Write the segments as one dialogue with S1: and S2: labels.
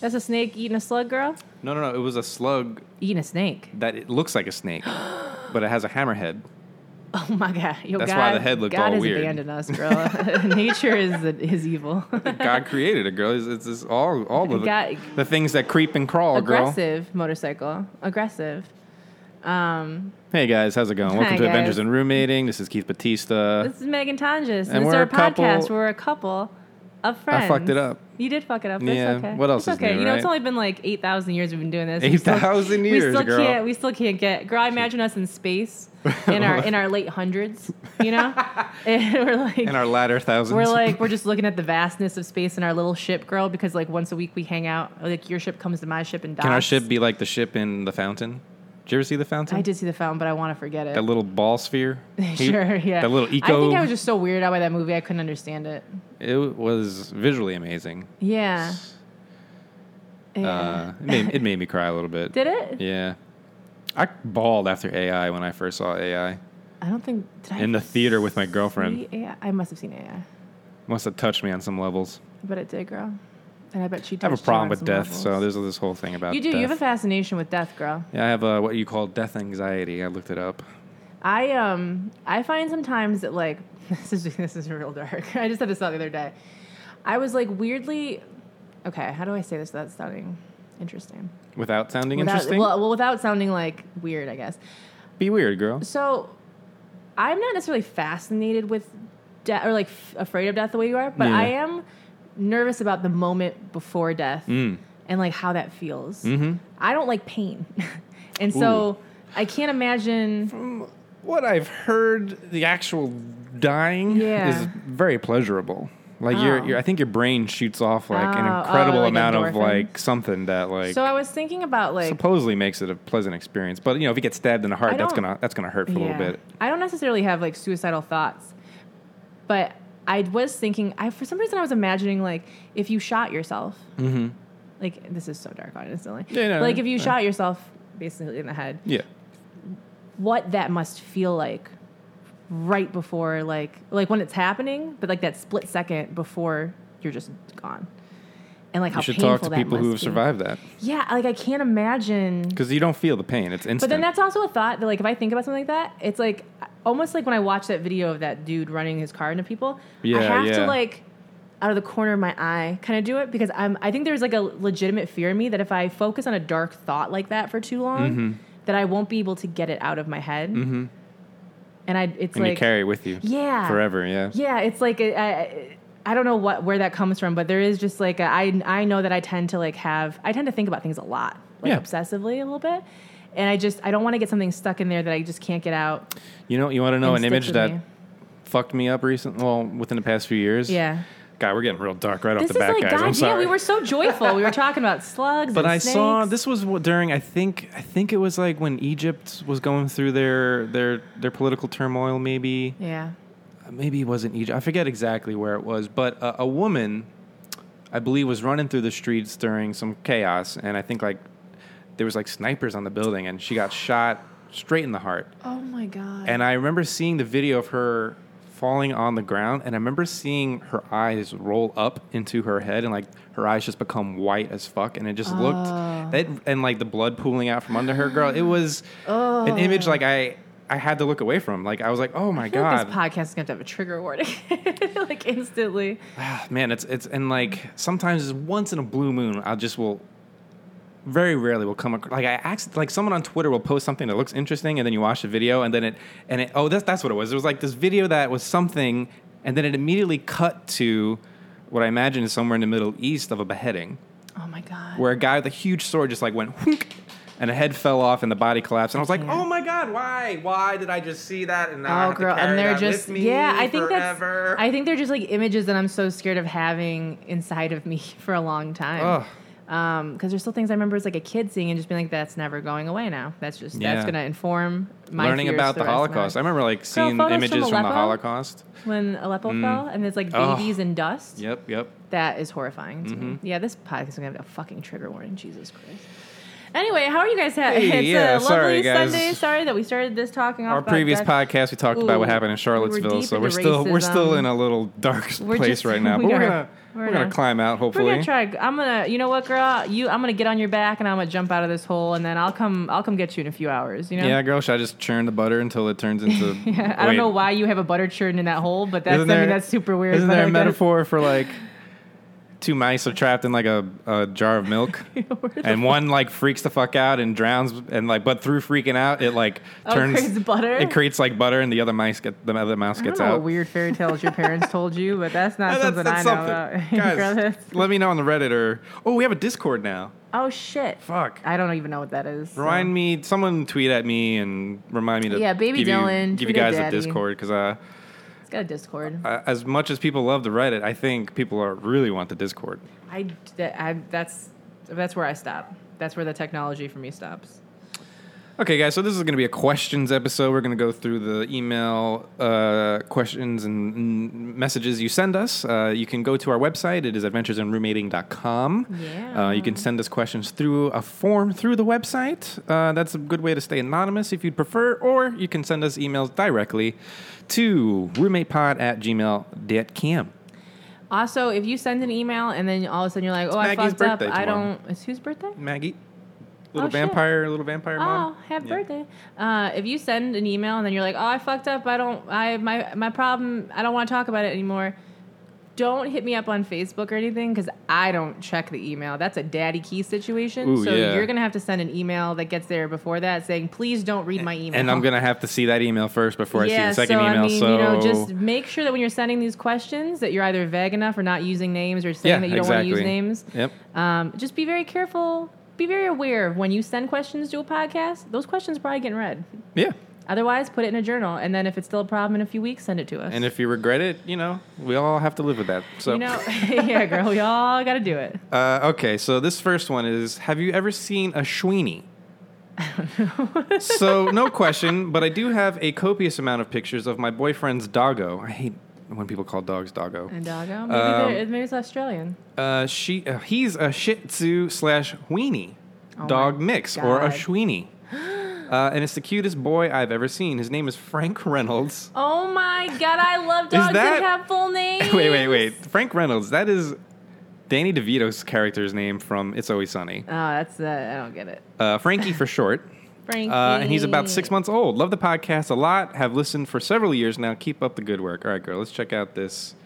S1: That's a snake eating a slug, girl.
S2: No, no, no. It was a slug
S1: Eating a snake.
S2: that it looks like a snake, but it has a hammerhead.
S1: Oh my god! Yo,
S2: That's
S1: god,
S2: why the head looked
S1: God
S2: all
S1: has
S2: weird.
S1: abandoned us, girl. Nature is is evil.
S2: God created a girl. It's, it's, it's all all of
S1: God-
S2: the, the things that creep and crawl, girl.
S1: Aggressive motorcycle. Aggressive. Um,
S2: Hey guys, how's it going? Welcome
S1: Hi,
S2: to Adventures
S1: guys.
S2: in Roommating. This is Keith Batista.
S1: this is Megan Tanges.
S2: And
S1: this is
S2: we're
S1: our
S2: a couple-
S1: podcast. We're a couple of friends.
S2: I fucked it up.
S1: You did fuck it up. That's
S2: Yeah,
S1: okay.
S2: what else
S1: It's
S2: is
S1: okay.
S2: new,
S1: you know, it's
S2: right?
S1: only been like eight thousand years we've been doing this. We still-
S2: 8,000 years,
S1: We still
S2: girl.
S1: can't. We still can't get. Girl, I imagine us in space in our in our late hundreds. You know, and we're like
S2: In our latter 1000s
S1: We're like we're just looking at the vastness of space in our little ship, girl. Because like once a week we hang out. Like your ship comes to my ship and docks.
S2: Can our ship be like the ship in the fountain? Did you ever see the fountain?
S1: I did see the film, but I want to forget it.
S2: That little ball sphere. He-
S1: sure, yeah.
S2: That little
S1: I
S2: eco.
S1: think I was just so weirded out by that movie. I couldn't understand it.
S2: it was visually amazing.
S1: Yeah. Eh, Yeah.
S2: Uh, it, made, it made me cry a little bit.
S1: did it?
S2: Yeah. I bawled after AI when I first saw AI
S1: I don't think. Did I
S2: in the theater with my girlfriend.
S1: see AI? I must have seen AI,
S2: Must have touched me on some levels.
S1: but it did, girl. And I bet she.
S2: I have a
S1: touched you
S2: problem
S1: on
S2: with
S1: some
S2: death,
S1: levels.
S2: so there's this whole thing about
S1: You do. You have a
S2: death.
S1: fascination with death, girl.
S2: yeah, I have uh, what you call death anxiety. I looked it up.
S1: I um I find sometimes that like this is this is real dark. I just had this thought the other day. I was like weirdly okay. How do I say this without sounding interesting?
S2: Without sounding
S1: Without,
S2: interesting?
S1: Well, well, without sounding like weird, I guess.
S2: Be weird, girl.
S1: So I'm not necessarily fascinated with death or like f- afraid of death the way you are, but
S2: Yeah.
S1: I am nervous about the moment before death
S2: Mm.
S1: and like how that feels.
S2: Mhm.
S1: I don't like pain, and so I can't imagine.
S2: Mm, What I've heard, the actual dying
S1: Yeah.
S2: is very pleasurable. Like your,
S1: Oh.
S2: your, I think your brain shoots off like an
S1: Oh, oh,
S2: incredible
S1: like
S2: amount of
S1: endorphins.
S2: like something that like
S1: so I was thinking about like
S2: supposedly makes it a pleasant experience. But you know, if you get stabbed in the heart,
S1: I
S2: that's
S1: don't-
S2: gonna that's gonna hurt for a little bit.
S1: I don't necessarily have like suicidal thoughts, but I was thinking. I for some reason I was imagining like if you shot yourself, like this is so dark on instantly.
S2: Mm-hmm. Yeah, no,
S1: like if you
S2: yeah.
S1: shot yourself, basically in the head,
S2: Yeah.
S1: what that must feel like right before like like when it's happening, but like that split second before you're just gone, and like how
S2: You should
S1: painful
S2: talk to
S1: that
S2: people
S1: must
S2: who have
S1: be.
S2: survived that
S1: Yeah, like I can't imagine.
S2: because you don't feel the pain. It's instant.
S1: But then that's also a thought that, like, if I think about something like that, it's like almost like when I watch that video of that dude running his car into people.
S2: Yeah,
S1: I have
S2: yeah.
S1: to like out of the corner of my eye kind of do it because I'm. I think there's like a legitimate fear in me that if I focus on a dark thought like that for too long,
S2: Mm-hmm.
S1: that I won't be able to get it out of my head. Mm-hmm. And I, it's
S2: and
S1: like
S2: you carry it with you.
S1: Yeah.
S2: Forever. Yeah.
S1: yeah, it's like a- I I don't know what where that comes from, but there is just like a, I I know that I tend to like have I tend to think about things a lot, like
S2: Yeah.
S1: obsessively a little bit, and I just I don't want to get something stuck in there that I just can't get out.
S2: You know, you want to know
S1: and
S2: Oh,
S1: sticks
S2: an image
S1: with
S2: that
S1: me.
S2: fucked me up recently? Well, within the past few years.
S1: yeah.
S2: God, we're getting real dark right
S1: This
S2: off
S1: is
S2: the bat,
S1: like
S2: guys. I'm
S1: God
S2: sorry.
S1: damn, we were so joyful. We were talking about slugs.
S2: but
S1: and
S2: I saw
S1: snakes.
S2: this was what- during I think I think it was like when Egypt was going through their their their political turmoil maybe
S1: Yeah.
S2: maybe it wasn't Egypt I forget exactly where it was but uh, a woman I believe was running through the streets during some chaos and I think like there was like snipers on the building and she got shot straight in the heart
S1: Oh my god.
S2: and I remember seeing the video of her falling on the ground, and I remember seeing her eyes roll up into her head, and like her eyes just become white as fuck, and it just
S1: Oh.
S2: looked that, and like the blood pooling out from under her. Girl, it was an image like I I had to look away from. Like I was like, oh my
S1: Oh. I feel like
S2: god,
S1: this podcast is going to have a trigger warning, like instantly.
S2: Ah, man, it's it's and like sometimes it's once in a blue moon, I just will. Very rarely will come across like I accident like someone on Twitter will post something that looks interesting and then you watch the video and then it and it oh that's that's what it was. It was like this video that was something and then it immediately cut to what I imagine is somewhere in the Middle East of a beheading
S1: Oh my god.
S2: where a guy with a huge sword just like went whoonk, and a head fell off and the body collapsed and I was like
S1: can't.
S2: oh my god why why did I just see that and now I
S1: Oh,
S2: have to
S1: girl,
S2: carry
S1: and they're
S2: that
S1: just
S2: with me
S1: yeah. I think
S2: forever?"
S1: that's I think they're just like images that I'm so scared of having inside of me for a long time.
S2: Ugh.
S1: Because there's still things I remember as like a kid seeing and just being like, that's never going away now. That's just
S2: Yeah.
S1: that's gonna inform my
S2: learning
S1: fears
S2: about
S1: for
S2: the
S1: rest of my
S2: Holocaust. I
S1: life.
S2: remember like seeing
S1: photos from
S2: images from, the
S1: Aleppo?
S2: Holocaust.
S1: When Aleppo fell and there's like
S2: Mm. Ugh. Mm-hmm.
S1: babies and dust.
S2: Yep, yep.
S1: That is horrifying to me. Yeah, this podcast is gonna have a fucking trigger warning. Jesus Christ. Anyway, how are you guys? Ha-
S2: Hey,
S1: it's a
S2: yeah,
S1: lovely
S2: sorry, guys.
S1: Sunday. Sorry that we started this talking off
S2: Our
S1: about
S2: previous
S1: that.
S2: podcast, we talked about what
S1: Ooh,
S2: happened in
S1: we
S2: Charlottesville,
S1: were deep
S2: so
S1: into
S2: we're still we're still
S1: racism.
S2: in a little dark
S1: We're
S2: place
S1: just-
S2: right now.
S1: we
S2: But we are
S1: are.
S2: gonna we're,
S1: We're
S2: gonna,
S1: gonna-
S2: climb out
S1: We're
S2: hopefully.
S1: gonna try. I'm gonna. You know what, girl? You. I'm gonna get on your back and I'm gonna jump out of this hole and then I'll come. I'll come get you in a few hours. You know.
S2: Yeah, girl, should I just churn the butter until it turns into?
S1: Yeah, I
S2: Wait,
S1: don't know why you have a butter churn in that hole, but that's
S2: isn't
S1: I mean,
S2: there-
S1: that's super weird.
S2: Isn't
S1: but I
S2: there
S1: get
S2: a
S1: it.
S2: metaphor for like two mice are trapped in like a, a jar of milk, and one like freaks the fuck out and drowns, and like but through freaking out, it like
S1: Oh, it
S2: turns
S1: creates butter?
S2: It creates like butter, and the other mice get the other mouse
S1: I don't
S2: gets
S1: know
S2: out.
S1: what weird fairy tales your parents told you, but that's not
S2: Yeah,
S1: something I know about. Girl,
S2: Guys,
S1: that's-
S2: let me know on the Reddit or oh, we have a Discord now.
S1: oh shit!
S2: Fuck.
S1: I don't even know what that is. so-
S2: Remind me, someone tweet at me and remind me to
S1: Yeah, baby
S2: give you-
S1: Dylan,
S2: give you
S1: tweet at
S2: guys a
S1: daddy.
S2: Discord because uh,
S1: It's got a Discord.
S2: uh, as much as people love the Reddit, I think people are really want the Discord.
S1: I, that- I that's that's where I stop. That's where the technology for me stops.
S2: Okay, guys, so this is going to be a questions episode. We're going to go through the email uh, questions and, and messages you send us. Uh, you can go to our website. It is adventuresinroommating.com.
S1: Yeah.
S2: Uh, you can send us questions through a form through the website. Uh, that's a good way to stay anonymous if you'd prefer, or you can send us emails directly to roommatepod at gmail.com.
S1: Also, if you send an email and then all of a sudden you're like, "Oh, I
S2: Maggie's
S1: fucked up.
S2: birthday
S1: I
S2: tomorrow.
S1: don't." It's whose birthday?
S2: Maggie, little
S1: Oh, shit.
S2: vampire, little vampire
S1: Oh,
S2: mom.
S1: happy
S2: Yeah.
S1: birthday! Uh, if you send an email and then you're like, "Oh, I fucked up. I don't. I my my problem. I don't want to talk about it anymore." Don't hit me up on Facebook or anything because I don't check the email. That's a daddy key situation.
S2: Ooh,
S1: so
S2: yeah.
S1: you're gonna have to send an email that gets there before that, saying, "Please don't read my email."
S2: And I'm going to have to see that email first before I see
S1: yeah,
S2: the second
S1: so
S2: email.
S1: I mean,
S2: so
S1: you know, just make sure that when you're sending these questions, that you're either vague enough or not using names or saying that you don't want to use names.
S2: Yep.
S1: Um, just be very careful. Be very aware of when you send questions to a podcast. Those questions are probably getting read.
S2: Yeah.
S1: Otherwise, put it in a journal, and then if it's still a problem in a few weeks, send it to us.
S2: And if you regret it, you know, we all have to live with that. So,
S1: you know, yeah, girl, we all got to do it.
S2: uh, okay. So this first one is: Have you ever seen a Sweeney? so no question, but I do have a copious amount of pictures of my boyfriend's doggo. I hate when people call dogs doggo.
S1: And doggo, maybe,
S2: Um,
S1: they're- maybe it's Australian.
S2: Uh, she, uh, he's a Shih Tzu slash Weenie
S1: Oh
S2: dog
S1: my
S2: mix or a
S1: God.
S2: Sweeney, uh, and it's the cutest boy I've ever seen. His name is Frank Reynolds.
S1: Oh my god, I love dogs that,
S2: that-
S1: have full names.
S2: wait, wait, wait. Frank Reynolds. That is Danny DeVito's character's name from It's Always Sunny.
S1: Oh, that's uh, I don't get it.
S2: Uh, Frankie for short.
S1: Frankie,
S2: Uh, and he's about six months old. Love the podcast a lot. Have listened for several years now. Keep up the good work. All right, girl. Let's check out this.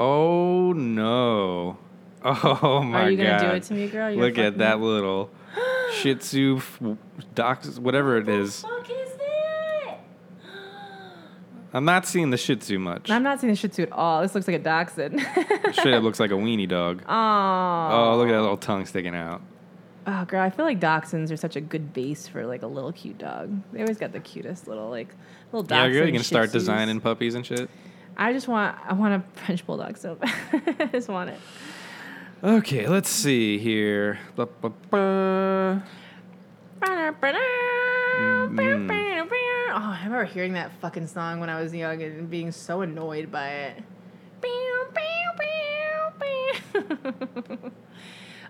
S2: Oh no. Oh my
S1: Are you
S2: god.
S1: gonna do it to me, girl? You're
S2: Look at
S1: fucking-
S2: that little Shih Tzu f- dox, whatever it is.
S1: What the fuck is that?
S2: I'm not seeing the Shih Tzu much.
S1: I'm not seeing the Shih Tzu at all. This looks like a dachshund.
S2: Straight up looks like a weenie dog.
S1: Aw.
S2: Oh, look at that little tongue sticking out.
S1: Oh, girl, I feel like dachshunds are such a good base for like a little cute dog. They always got the cutest little like little
S2: Yeah,
S1: dachshund.
S2: girl, you can start
S1: Shih Tzus.
S2: designing puppies and shit.
S1: I just want I want a French bulldog so bad. I just want it.
S2: Okay, let's see here. Ba, ba, ba.
S1: Oh, I remember hearing that fucking song when I was young and being so annoyed by it.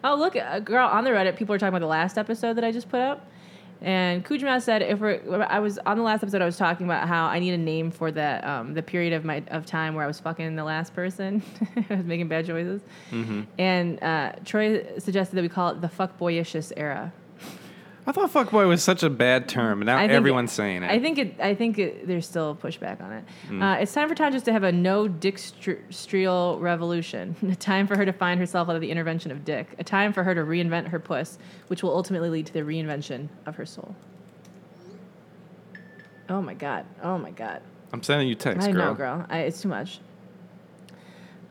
S1: oh, look, a girl on the Reddit, people are talking about the last episode that I just put up. And Kujima said, "If we're, I was on the last episode, I was talking about how I need a name for the um, the period of my of time where I was fucking the last person, I was making bad choices." And uh, Troy suggested that we call it the fuckboyicious era.
S2: I thought fuckboy was such a bad term, and now
S1: I think-
S2: everyone's saying it.
S1: I think it. I think it, there's still pushback on it. Uh, it's time for Tanjas to have a no Dickstriel revolution. A time for her to find herself out of the intervention of Dick. A time for her to reinvent her puss, which will ultimately lead to the reinvention of her soul. Oh my god! Oh my god!
S2: I'm sending you text,
S1: I
S2: girl.
S1: know, girl. I, it's too much.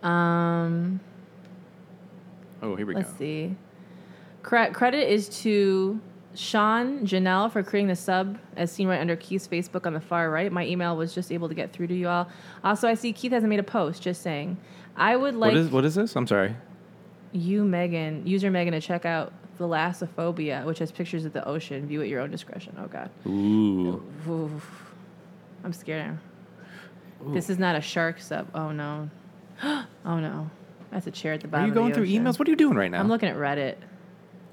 S1: Um.
S2: Oh, here we
S1: Let's
S2: go.
S1: see. Cre- credit is to Sean Janelle for creating the sub, as seen right under Keith's Facebook on the far right. My email was just able to get through to you all. Also, I see Keith hasn't made a post. Just saying, I would like
S2: what is what is this? I'm sorry.
S1: you, Megan, user Megan, to check out the Thalassophobia, which has pictures of the ocean. View at your own discretion. Oh God,
S2: Ooh,
S1: Oof. I'm scared. This is not a shark sub. Oh no, oh no, that's a chair at the bottom.
S2: are you
S1: of the
S2: going through
S1: ocean.
S2: emails? What are you doing right now?
S1: I'm looking at Reddit.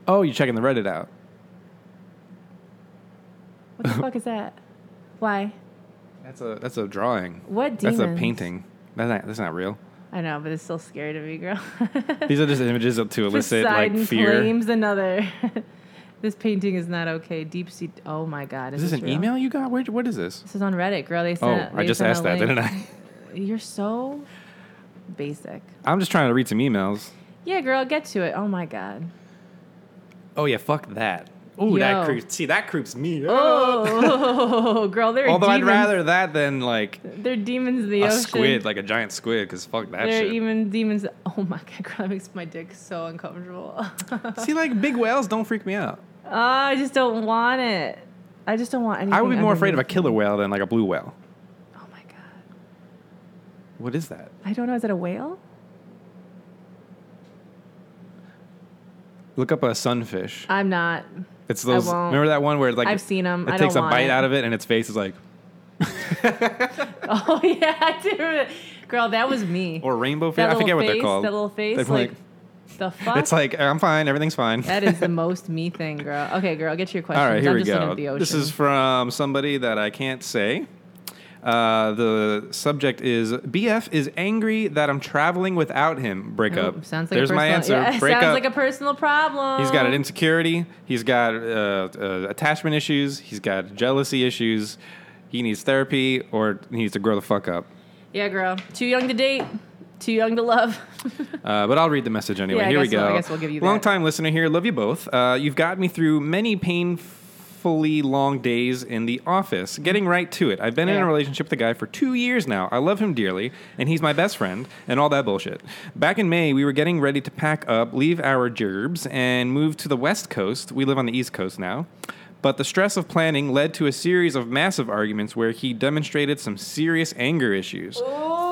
S2: oh, you're checking the Reddit out.
S1: What the fuck is that? Why?
S2: That's a that's a drawing.
S1: What
S2: That's a
S1: demons?
S2: painting. That's not, that's not real.
S1: I know, but it's still scary to me, girl.
S2: These are just images of- to elicit like
S1: Poseidon
S2: fear.
S1: claims another. this painting is not okay. Deep sea. Oh my god.
S2: Is this an
S1: real?
S2: email you got? Where, what is this?
S1: This is on Reddit, girl. They
S2: Oh,
S1: sent.
S2: I just asked that, didn't I?
S1: You're so basic.
S2: I'm just trying to read some emails.
S1: Yeah, girl, get to it. Oh my god.
S2: Oh yeah, fuck that. Oh,
S1: Yo.
S2: that creeps. See, that creeps me.
S1: Oh, girl, they're
S2: Although I'd
S1: demons.
S2: rather that than like
S1: they're demons in the
S2: a
S1: ocean.
S2: squid, like a giant squid, because fuck that
S1: They're
S2: shit.
S1: even demons. Oh my god, girl, that makes my dick so uncomfortable.
S2: See, like big whales don't freak me out.
S1: Oh, I just don't want it. I just don't want anything.
S2: I would be more afraid of a
S1: underneath.
S2: killer whale than like a blue whale.
S1: Oh my god.
S2: What is that?
S1: I don't know. Is it a whale?
S2: Look up a sunfish.
S1: I'm not.
S2: It's those.
S1: won't.
S2: Remember that one where like
S1: I've seen 'em.
S2: It
S1: I
S2: takes
S1: don't
S2: a
S1: want
S2: bite
S1: it.
S2: out of it, and its face is like
S1: Oh yeah, I do. remember- Girl, that was me.
S2: or rainbow fish.
S1: that
S2: I
S1: little
S2: forget what they're
S1: face,
S2: called.
S1: That little face,
S2: They're
S1: like, the fuck.
S2: it's like I'm fine. Everything's fine.
S1: that is the most me thing, girl. Okay, girl, get to your questions.
S2: All right, here
S1: I'm
S2: we
S1: just looking at the
S2: go.
S1: ocean.
S2: This is from somebody that I can't say. Uh, the subject is BF is angry that I'm traveling without him. Break
S1: Oh,
S2: up.
S1: sounds like
S2: There's
S1: a
S2: my
S1: personal,
S2: answer.
S1: yeah,
S2: Break
S1: sounds
S2: up.
S1: like a personal problem.
S2: He's got an insecurity. He's got uh, uh, attachment issues. He's got jealousy issues. He needs therapy or needs to grow the fuck up.
S1: yeah, girl. Too young to date. Too young to love.
S2: Uh, but I'll read the message anyway.
S1: Yeah, I
S2: here
S1: guess
S2: we go.
S1: we'll- I guess we'll give you that.
S2: Long time listener here. Love you both. Uh, you've got me through many painfully long days in the office. Getting right to it. I've been in
S1: Mm-hmm. Yeah.
S2: a relationship with a guy for two years now. I love him dearly, and he's my best friend, and all that bullshit. Back in May, we were getting ready to pack up, leave our gerbs, and move to the West Coast. We live on the East Coast now. But the stress of planning led to a series of massive arguments where he demonstrated some serious anger issues.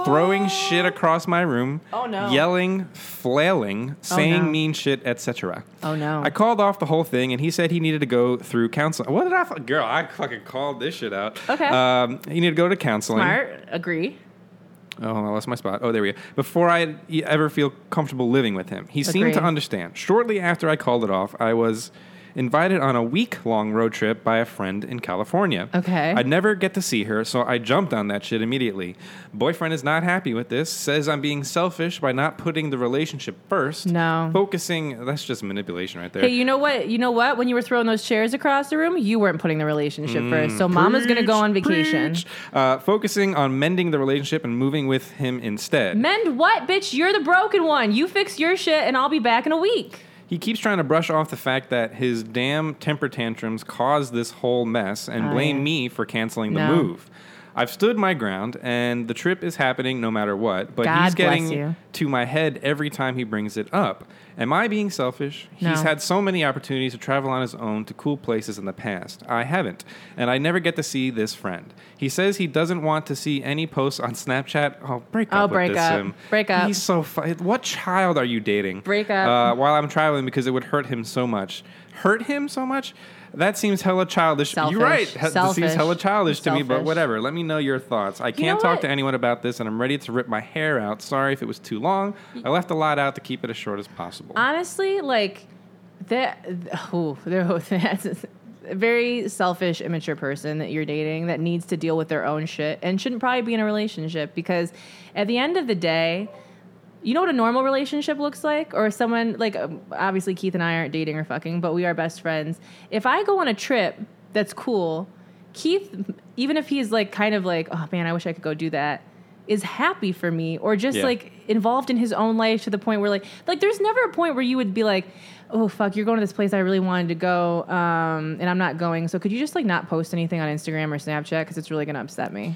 S2: Throwing shit across my room,
S1: Oh, no.
S2: yelling, flailing, saying
S1: Oh, no.
S2: mean shit, etc.
S1: Oh, no.
S2: I called off the whole thing, and he said he needed to go through counseling. What did I? fu- Girl, I fucking called this shit out.
S1: Okay.
S2: Um, he needed to go to counseling.
S1: Smart. Agree.
S2: Oh, I lost my spot. Oh, there we go. Before I ever feel comfortable living with him, he seemed to
S1: Agreed.
S2: understand. Shortly after I called it off, I was invited on a week long road trip by a friend in California.
S1: Okay.
S2: I'd never get to see her, so I jumped on that shit immediately. Boyfriend is not happy with this, says I'm being selfish by not putting the relationship first.
S1: No.
S2: Focusing, that's just manipulation right there.
S1: Hey, you know what? You know what? When you were throwing those chairs across the room, you weren't putting the relationship first. So mama's gonna go
S2: Mm, Preach,
S1: on vacation.
S2: preach. Uh, focusing on mending the relationship and moving with him instead.
S1: Mend what, bitch? You're the broken one. You fix your shit, and I'll be back in a week.
S2: He keeps trying to brush off the fact that his damn temper tantrums caused this whole mess and
S1: Oh,
S2: blame
S1: yeah.
S2: me for canceling the
S1: No.
S2: move. I've stood my ground and the trip is happening no matter what, but
S1: God
S2: he's
S1: bless
S2: getting
S1: you.
S2: to my head every time he brings it up. Am I being selfish?
S1: No.
S2: He's had so many opportunities to travel on his own to cool places in the past. I haven't, and I never get to see this friend. He says he doesn't want to see any posts on Snapchat. Oh, break
S1: Oh,
S2: up. with
S1: break
S2: this,
S1: up.
S2: Sim.
S1: Break up.
S2: He's so fu- What child are you dating?
S1: Break up.
S2: Uh, while I'm traveling because it would hurt him so much. Hurt him so much? That seems hella childish.
S1: Selfish.
S2: You're right. He- That seems
S1: Selfish.
S2: hella childish to me, but
S1: Selfish.
S2: whatever. Let me know your thoughts. I can't
S1: know
S2: talk
S1: what?
S2: to anyone about this, and I'm ready to rip my hair out. Sorry if it was too long. I left a lot out to keep it as short as possible.
S1: Honestly, like that. Oh, that's a very selfish, immature person that you're dating that needs to deal with their own shit and shouldn't probably be in a relationship because at the end of the day. You know what a normal relationship looks like, or someone like um, obviously Keith and I aren't dating or fucking, but we are best friends. If I go on a trip that's cool, Keith, even if he's like kind of like, oh man, I wish I could go do that, is happy for me, or just
S2: Yeah.
S1: like involved in his own life to the point where like like there's never a point where you would be like oh fuck you're going to this place i really wanted to go um, and i'm not going so could you just like not post anything on instagram or snapchat because it's really going to upset me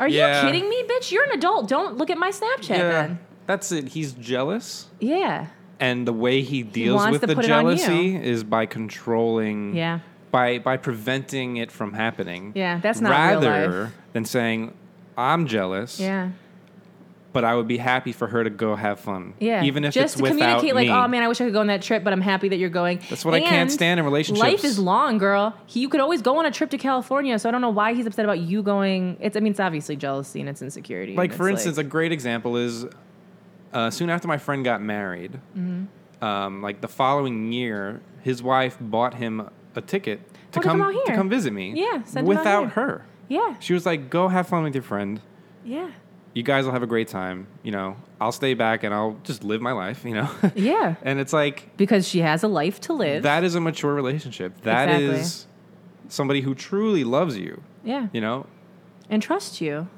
S1: are
S2: Yeah.
S1: you kidding me bitch you're an adult don't look at my snapchat then
S2: That's it. He's jealous,
S1: yeah
S2: and the way he deals
S1: wants
S2: with
S1: to
S2: the
S1: put it on you.
S2: jealousy is by controlling.
S1: Yeah.
S2: By by preventing it from happening.
S1: Yeah, that's not real
S2: rather
S1: life.
S2: than saying, "I'm jealous."
S1: yeah
S2: but I would be happy for her to go have fun.
S1: yeah
S2: Even if
S1: just
S2: it's
S1: to
S2: without
S1: communicate like
S2: me.
S1: oh man i wish i could go on that trip but i'm happy that you're going
S2: That's what I can't
S1: And
S2: stand in relationships.
S1: life is long girl he, you could always go on a trip to california so i don't know why he's upset about you going it's i mean it's obviously jealousy and it's insecurity
S2: Like for instance, a great example is uh, soon after my
S1: Mm-hmm.
S2: friend got married. Um, like the following year, his wife bought him a ticket to
S1: Oh, to come
S2: come
S1: out here.
S2: to come visit me.
S1: Yeah, send him out
S2: without
S1: here.
S2: her.
S1: Yeah.
S2: She was like, "Go have fun with your friend.
S1: Yeah.
S2: You guys will have a great time. You know, I'll stay back and I'll just live my life. You know."
S1: Yeah.
S2: and it's like
S1: Because she has a life to live.
S2: that is a mature relationship. That is
S1: Exactly.
S2: somebody who truly loves you.
S1: yeah.
S2: You know.
S1: And trust you.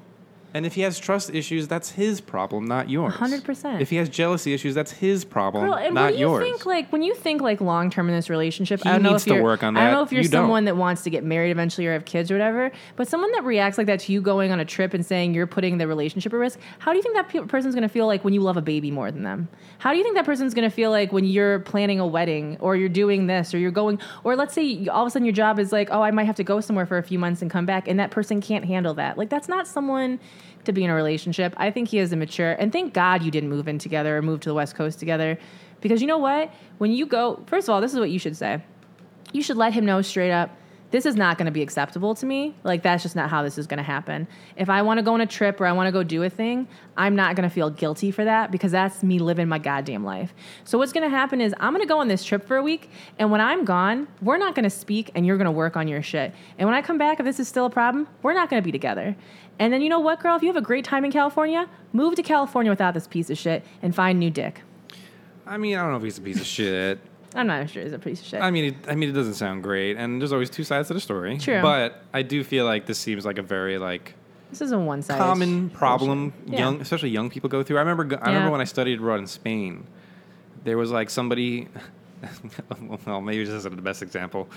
S2: And if he has trust issues, that's his problem, not yours.
S1: 100%.
S2: If he has jealousy issues, that's his problem,
S1: Girl, and
S2: not
S1: when you
S2: yours.
S1: think like when you think like long term in this relationship,
S2: He
S1: I don't know
S2: needs
S1: if
S2: to
S1: you're,
S2: work on
S1: I don't
S2: that.
S1: know if you're
S2: You don't.
S1: someone that wants to get married eventually or have kids or whatever. But someone that reacts like that to you going on a trip and saying you're putting the relationship at risk, how do you think that pe- person's going to feel like when you love a baby more than them? How do you think that person's going to feel like when you're planning a wedding or you're doing this or you're going or let's say you- all of a sudden your job is like, oh, I might have to go somewhere for a few months and come back, and that person can't handle that. Like that's not someone to be in a relationship. I think he is immature, and thank God you didn't move in together or move to the West Coast together. Because you know what? When you go, first of all, this is what you should say. You should let him know straight up, this is not going to be acceptable to me. Like, that's just not how this is going to happen. If I want to go on a trip or I want to go do a thing, I'm not going to feel guilty for that because that's me living my goddamn life. So, what's going to happen is I'm going to go on this trip for a week. And when I'm gone, we're not going to speak and you're going to work on your shit. And when I come back, if this is still a problem, we're not going to be together. And then you know what, girl? If you have a great time in California, move to California without this piece of shit and find new dick.
S2: I mean, I don't know if he's a piece of shit.
S1: I'm not sure it's a piece of shit.
S2: I mean, it, I mean, it doesn't sound great, and there's always two sides to the story.
S1: True.
S2: but I do feel like this seems like a very like
S1: this is a one side.
S2: common problem
S1: Yeah.
S2: young, especially young people go through. I remember, go- I remember
S1: Yeah.
S2: when I studied abroad in Spain, there was like somebody. well, maybe this isn't the best example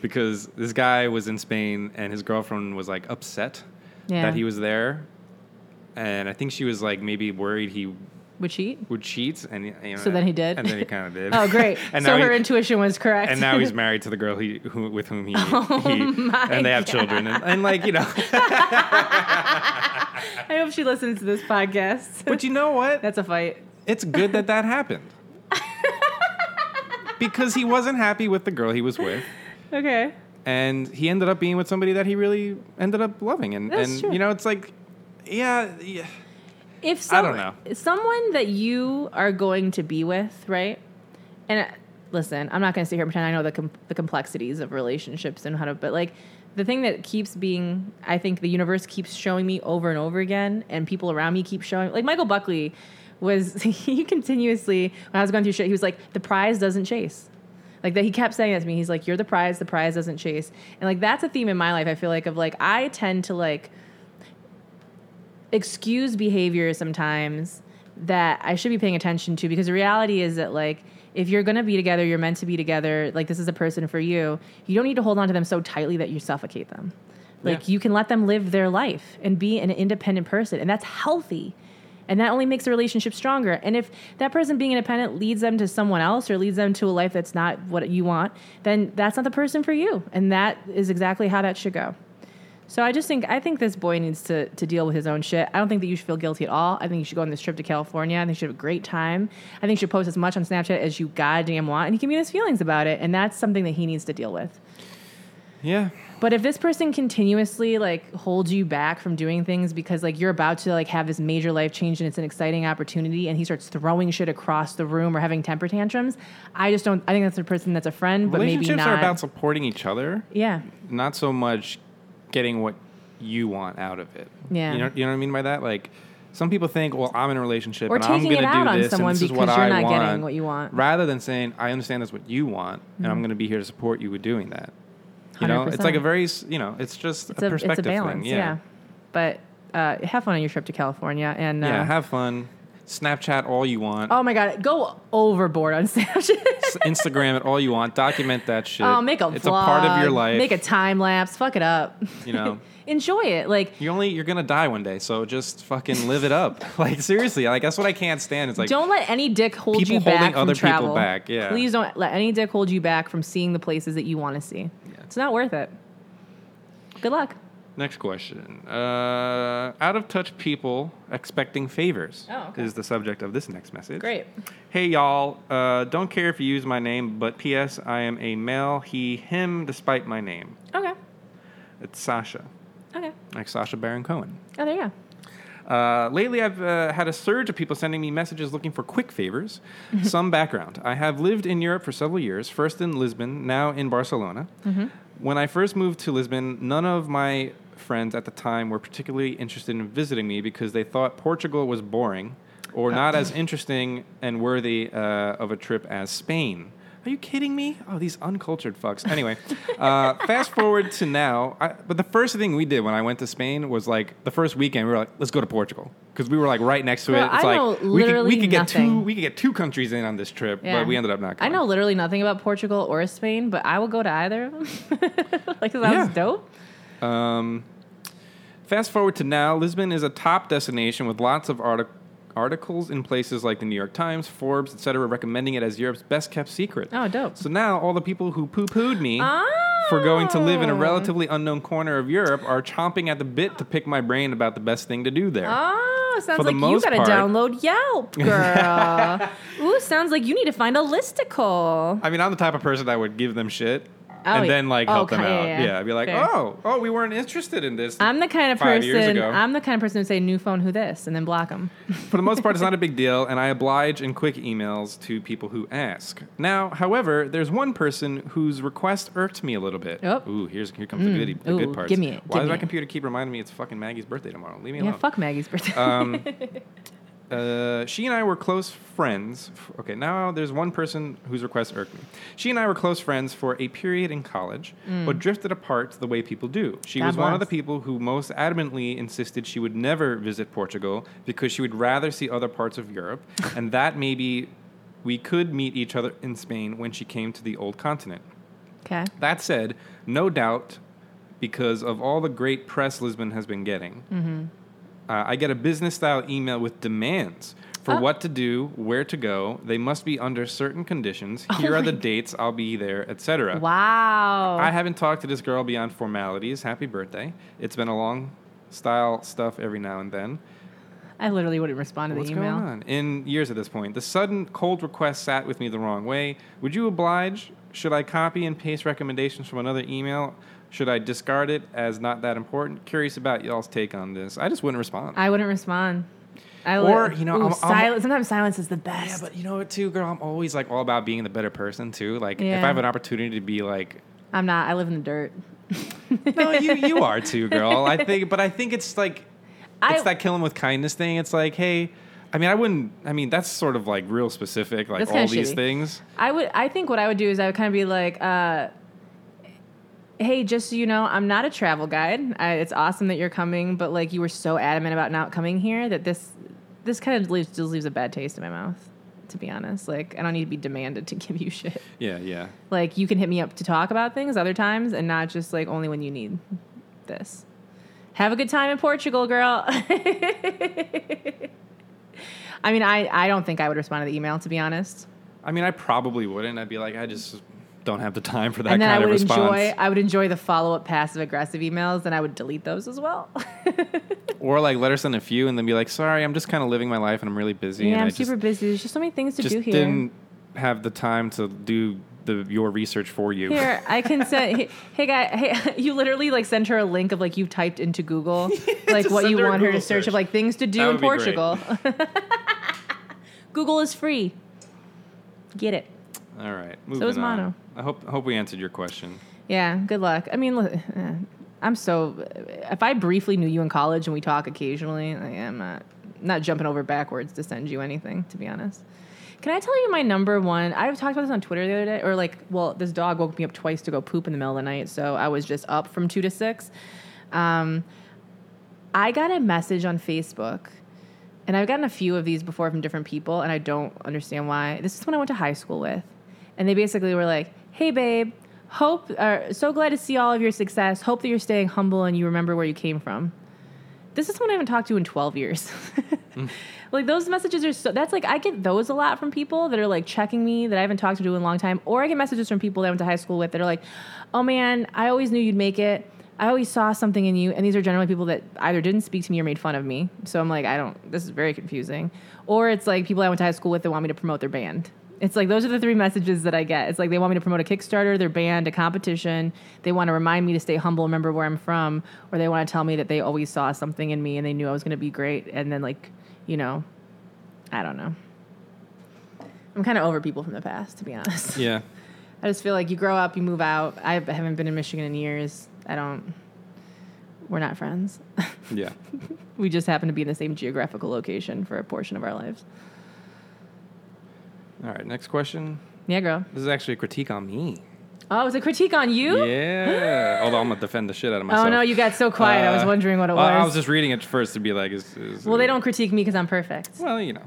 S2: because this guy was in Spain and his girlfriend was like upset
S1: Yeah.
S2: that he was there, and I think she was like maybe worried he
S1: Would cheat?
S2: would cheat, and you know,
S1: So then he did?
S2: and then he kind of did.
S1: Oh, great.
S2: and
S1: so
S2: now
S1: her
S2: he,
S1: intuition was correct.
S2: and now he's married to the girl he who, with whom he, he
S1: Oh my
S2: and they have children and, and like you know
S1: I hope she listens to this podcast.
S2: but you know what
S1: That's a fight.
S2: it's good that that happened because he wasn't happy with the girl he was with
S1: Okay.
S2: and he ended up being with somebody that he really ended up loving and
S1: That's
S2: and
S1: true.
S2: you know it's like yeah, yeah
S1: If
S2: I
S1: some,
S2: don't know.
S1: someone that you are going to be with, right? And uh, listen, I'm not going to sit here and pretend I know the com- the complexities of relationships and how to, but like the thing that keeps being, I think the universe keeps showing me over and over again, and people around me keep showing. Like Michael Buckley was he continuously when I was going through shit, he was like, the prize doesn't chase. Like that, he kept saying that to me. He's like, "You're the prize. The prize doesn't chase." And like that's a theme in my life. I feel like of like I tend to like excuse behavior sometimes that I should be paying attention to because the reality is that like if you're gonna be together, you're meant to be together. Like this is a person for you. You don't need to hold on to them so tightly that you suffocate them. Like
S2: Yeah.
S1: you can let them live their life and be an independent person, and that's healthy. And that only makes the relationship stronger. And if that person being independent leads them to someone else or leads them to a life that's not what you want, then that's not the person for you. And that is exactly how that should go. So I just think I think this boy needs to to deal with his own shit. I don't think that you should feel guilty at all. I think you should go on this trip to California. I think you should have a great time. I think you should post as much on Snapchat as you goddamn want, and he can be in his feelings about it. And that's something that he needs to deal with.
S2: yeah
S1: But if this person continuously like holds you back from doing things because like you're about to like have this major life change and it's an exciting opportunity and he starts throwing shit across the room or having temper tantrums, I just don't I think that's a person that's a friend, but maybe
S2: relationships
S1: not.
S2: are about supporting each other
S1: yeah.
S2: not so much getting what you want out of it.
S1: Yeah.
S2: You know, you know what I mean by that? Like, some people think, well, I'm in a relationship
S1: Or
S2: and I'm
S1: taking
S2: going
S1: it
S2: to do
S1: out on
S2: this, and
S1: someone
S2: this is what
S1: because you're
S2: I
S1: not
S2: want.
S1: getting what you want. Mm-hmm.
S2: Rather than saying, I understand that's what you want, and I'm going to be here to support you with doing that. You know, it's like a
S1: 100%.
S2: very, s- you know, it's just
S1: It's
S2: a
S1: a, it's
S2: perspective
S1: a balance,
S2: thing.
S1: yeah. But uh, have fun on your trip to California and uh,
S2: Yeah. Have fun. Snapchat all you want.
S1: Oh my god, go overboard on Snapchat.
S2: s- Instagram it all you want. Document that shit.
S1: oh, make a
S2: It's
S1: vlog,
S2: a part of your life.
S1: Make a time lapse. Fuck it up.
S2: You know.
S1: enjoy it. Like,
S2: You only you're gonna die one day, so just fucking live it up. like seriously, like that's what I can't stand. It's like
S1: don't let any dick hold
S2: people
S1: you back
S2: holding
S1: from
S2: other people
S1: travel.
S2: back, yeah.
S1: Please don't let any dick hold you back from seeing the places that you want to see. It's not worth it. Good luck.
S2: Next question. Uh, out of touch people expecting favors
S1: Oh, okay.
S2: is the subject of this next message.
S1: Great.
S2: Hey, y'all. Uh, don't care if you use my name, but P.S. I am a male, he, him, despite my name.
S1: Okay.
S2: It's Sasha,
S1: Okay.
S2: like Sasha Baron Cohen.
S1: Oh, there you go.
S2: Uh, lately, I've uh, had a surge of people sending me messages looking for quick favors. Some background I have lived in Europe for several years, first in Lisbon, now in Barcelona. When I first moved to Lisbon, none of my friends at the time were particularly interested in visiting me because they thought Portugal was boring or not as interesting and worthy uh, of a trip as Spain. Are you kidding me? Oh, these uncultured fucks. Anyway, uh, fast forward to now. I, but the first thing we did when I went to Spain was like the first weekend we were like, let's go to Portugal because we were like right next to
S1: Bro,
S2: it. It's
S1: I
S2: like
S1: know
S2: we could, we
S1: literally
S2: could get two
S1: nothing.
S2: we could get two countries in on this trip,
S1: Yeah.
S2: but we ended up not.
S1: I
S2: Going.
S1: know literally nothing about Portugal or Spain, but I will go to either of them. like, that
S2: Yeah.
S1: sounds dope.
S2: Um, fast forward to now, Lisbon is a top destination with lots of artic- articles in places like the New York Times, Forbes, etc., recommending it as Europe's best kept secret.
S1: Oh, dope. Ah.
S2: So now all the people who poo pooed me for going to live in a
S1: Oh.
S2: relatively unknown corner of Europe are chomping at the bit to pick my brain about the best thing to do there.
S1: Oh, sounds
S2: For the
S1: like you
S2: most
S1: gotta
S2: part-
S1: download Yelp, girl. Ooh, sounds like you need to find a listicle.
S2: I mean, I'm the type of person that would give them shit. and
S1: yeah.
S2: then like
S1: Oh,
S2: help them
S1: okay,
S2: out.
S1: yeah, yeah.
S2: I'd be like,
S1: Fair.
S2: oh, oh, we weren't interested in this.
S1: I'm the kind of
S2: Five years
S1: person.
S2: ago.
S1: I'm the kind of person who say new phone, who this, and then block them.
S2: For the most part, it's not a big deal, and I oblige in quick emails to people who ask. Now, however, there's one person whose request irked me a little bit.
S1: Oh.
S2: Ooh, here's, here comes the, goody, the
S1: Ooh,
S2: good parts.
S1: gimme it,
S2: Why does
S1: gimme
S2: my
S1: it.
S2: computer keep reminding me it's fucking Maggie's birthday tomorrow? Leave me
S1: Yeah,
S2: alone.
S1: fuck Maggie's birthday.
S2: Um, uh, she and I were close friends. f- Okay, now there's one person whose request irked me. She and I were close friends for a period in college, but drifted apart the way people do. She
S1: Mm. God
S2: was one of the
S1: bless.
S2: people who most adamantly insisted she would never visit Portugal because she would rather see other parts of Europe, and that maybe we could meet each other in Spain when she came to the old continent.
S1: okay.
S2: That said, no doubt, because of all the great press Lisbon has been getting,
S1: Mm-hmm.
S2: uh, I get a business style email with demands for
S1: Oh.
S2: what to do, where to go. They must be under certain conditions.
S1: Oh
S2: Here are
S1: my
S2: the
S1: God.
S2: dates. I'll be there, etc.
S1: Wow.
S2: I haven't talked to this girl beyond formalities. Happy birthday! It's been a long style stuff every now and then.
S1: I literally wouldn't respond to
S2: What's
S1: the email.
S2: going on? In years at this point, the sudden cold request sat with me the wrong way. Would you oblige? Should I copy and paste recommendations from another email? Should I discard it as not that important? Curious about y'all's take on this. I just wouldn't respond.
S1: I wouldn't respond. I
S2: Or,
S1: lit-
S2: you know,
S1: Ooh,
S2: I'm- I'm-
S1: silence. sometimes silence is the
S2: yeah,
S1: best.
S2: but you know what, too, girl? I'm always like all about being the better person, too. Like, if
S1: Yeah.
S2: I have an opportunity to be like,
S1: I'm not. I live in the dirt.
S2: no, you you are too, girl. I think, but I think it's like, it's
S1: I-
S2: that kill 'em with kindness thing. It's like, hey, I mean, I wouldn't. I mean, that's sort of like real specific, like
S1: That's
S2: all
S1: kinda
S2: these
S1: shitty.
S2: things.
S1: I would. I think what I would do is I would kind of be like, uh, "Hey, just so you know, I'm not a travel guide. I, it's awesome that you're coming, but like you were so adamant about not coming here that this this kind of leaves just leaves a bad taste in my mouth. To be honest, like I don't need to be demanded to give you shit.
S2: Yeah, yeah.
S1: Like you can hit me up to talk about things other times, and not just like only when you need this. Have a good time in Portugal, girl. I mean, I, I don't think I would respond to the email, to be honest.
S2: I mean, I probably wouldn't. I'd be like, I just don't have the time for that
S1: and then
S2: kind
S1: I
S2: of
S1: would
S2: response.
S1: enjoy I would enjoy the follow up passive aggressive emails, and I would delete those as well.
S2: or like, let her send a few and then be like, sorry, I'm just kind of living my life and I'm really busy.
S1: yeah,
S2: and
S1: I'm
S2: I
S1: super
S2: just,
S1: busy. There's just so many things to
S2: just
S1: do here.
S2: didn't have the time to do the your research for you.
S1: Here, I can send. hey, hey, guy, hey, you literally like sent her a link of like you typed into Google like
S2: just
S1: what
S2: send
S1: you
S2: her a
S1: want her
S2: Google
S1: to search
S2: search.
S1: of like things to
S2: That
S1: do in
S2: would be great.
S1: Portugal. Google is free. Get it.
S2: All right. Moving
S1: was
S2: on.
S1: mono.
S2: I hope hope we answered your question.
S1: Yeah, good luck. I mean, look, eh, I'm so. If I briefly knew you in college and we talk occasionally, like, I'm not not jumping over backwards to send you anything. To be honest, can I tell you my number one? I talked about this on Twitter the other day, or like, well, this dog woke me up twice to go poop in the middle of the night, so I was just up from two to six. Um, I got a message on Facebook. And I've gotten a few of these before from different people, and I don't understand why. This is when I went to high school with. And they basically were like, hey, babe, hope, uh, so glad to see all of your success. Hope that you're staying humble and you remember where you came from. This is someone I haven't talked to in 12 years. Like, those messages are so, that's like, I get those a lot from people that are like checking me that I haven't talked to in a long time. Or I get messages from people that I went to high school with that are like, oh man, I always knew you'd make it. I always saw something in you, and these are generally people that either didn't speak to me or made fun of me. So I'm like, I don't. This is very confusing. Or it's like people I went to high school with that want me to promote their band. It's like those are the three messages that I get. It's like they want me to promote a Kickstarter, their band, a competition. They want to remind me to stay humble, remember where I'm from, or they want to tell me that they always saw something in me and they knew I was going to be great. And then like, you know, I don't know. I'm kind of over people from the past, to be honest.
S2: Yeah.
S1: I just feel like you grow up, you move out. I haven't been in Michigan in years. I don't. We're not friends.
S2: Yeah.
S1: we just happen to be in the same geographical location for a portion of our lives.
S2: All right. Next question.
S1: Yeah, girl.
S2: This is actually a critique on me.
S1: Oh, it's a critique on you.
S2: Yeah. Although I'm gonna defend the shit out of myself.
S1: oh no, you got so quiet. I was
S2: Uh,
S1: wondering what it
S2: well,
S1: was.
S2: I was just reading it first to be like, is, is
S1: well, they don't critique me because I'm perfect.
S2: Well, you know,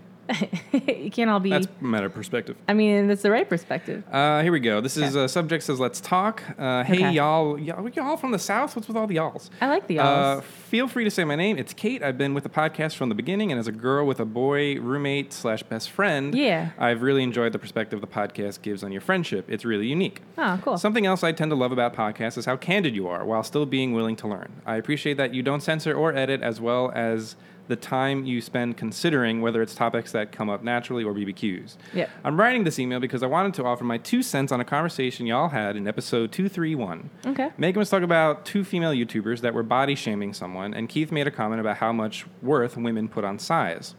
S1: you can't all be.
S2: that's a matter of perspective.
S1: I mean, that's the right perspective.
S2: Uh, here we go. This is
S1: Okay.
S2: uh, subject says, "Let's talk." Uh, hey
S1: Okay.
S2: y'all, y'all, y'all from the south. What's with all the y'alls?
S1: I like the
S2: Uh,
S1: alls.
S2: feel free to say my name. It's Kate. I've been with the podcast from the beginning, and as a girl with a boy roommate slash best friend,
S1: Yeah.
S2: I've really enjoyed the perspective the podcast gives on your friendship. It's really unique.
S1: Oh, cool.
S2: Something else I tend to love about podcasts is how candid you are while still being willing to learn. I appreciate that you don't censor or edit, as well as the time you spend considering whether it's topics that come up naturally or BBQs.
S1: Yep.
S2: I'm writing this email because I wanted to offer my two cents on a conversation y'all had in episode 231.
S1: Okay. Oh,
S2: Megan was talking about two female YouTubers that were body shaming someone, and Keith made a comment about how much worth women put on size.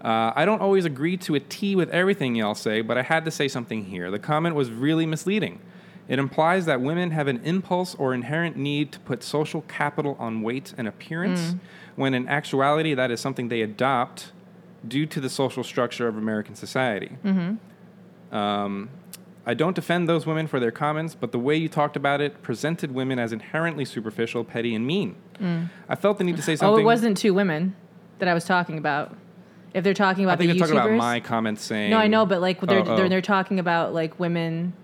S2: Uh, I don't always agree to a T with everything y'all say, but I had to say something here. The comment was really misleading. It implies that women have an impulse or inherent need to put social capital on weight and appearance, when in actuality, that is something they adopt due to the social structure of American society.
S1: Mm-hmm.
S2: Um, I don't defend those women for their comments, but the way you talked about it presented women as inherently superficial, petty, and mean. I felt the need to say something.
S1: Mm. Oh, it wasn't two women that I was talking about. If they're talking about
S2: I think
S1: the
S2: they're talking about
S1: YouTubers-
S2: my comments saying.
S1: No, I know, but like they're
S2: Oh, oh.
S1: They're, they're talking about like women.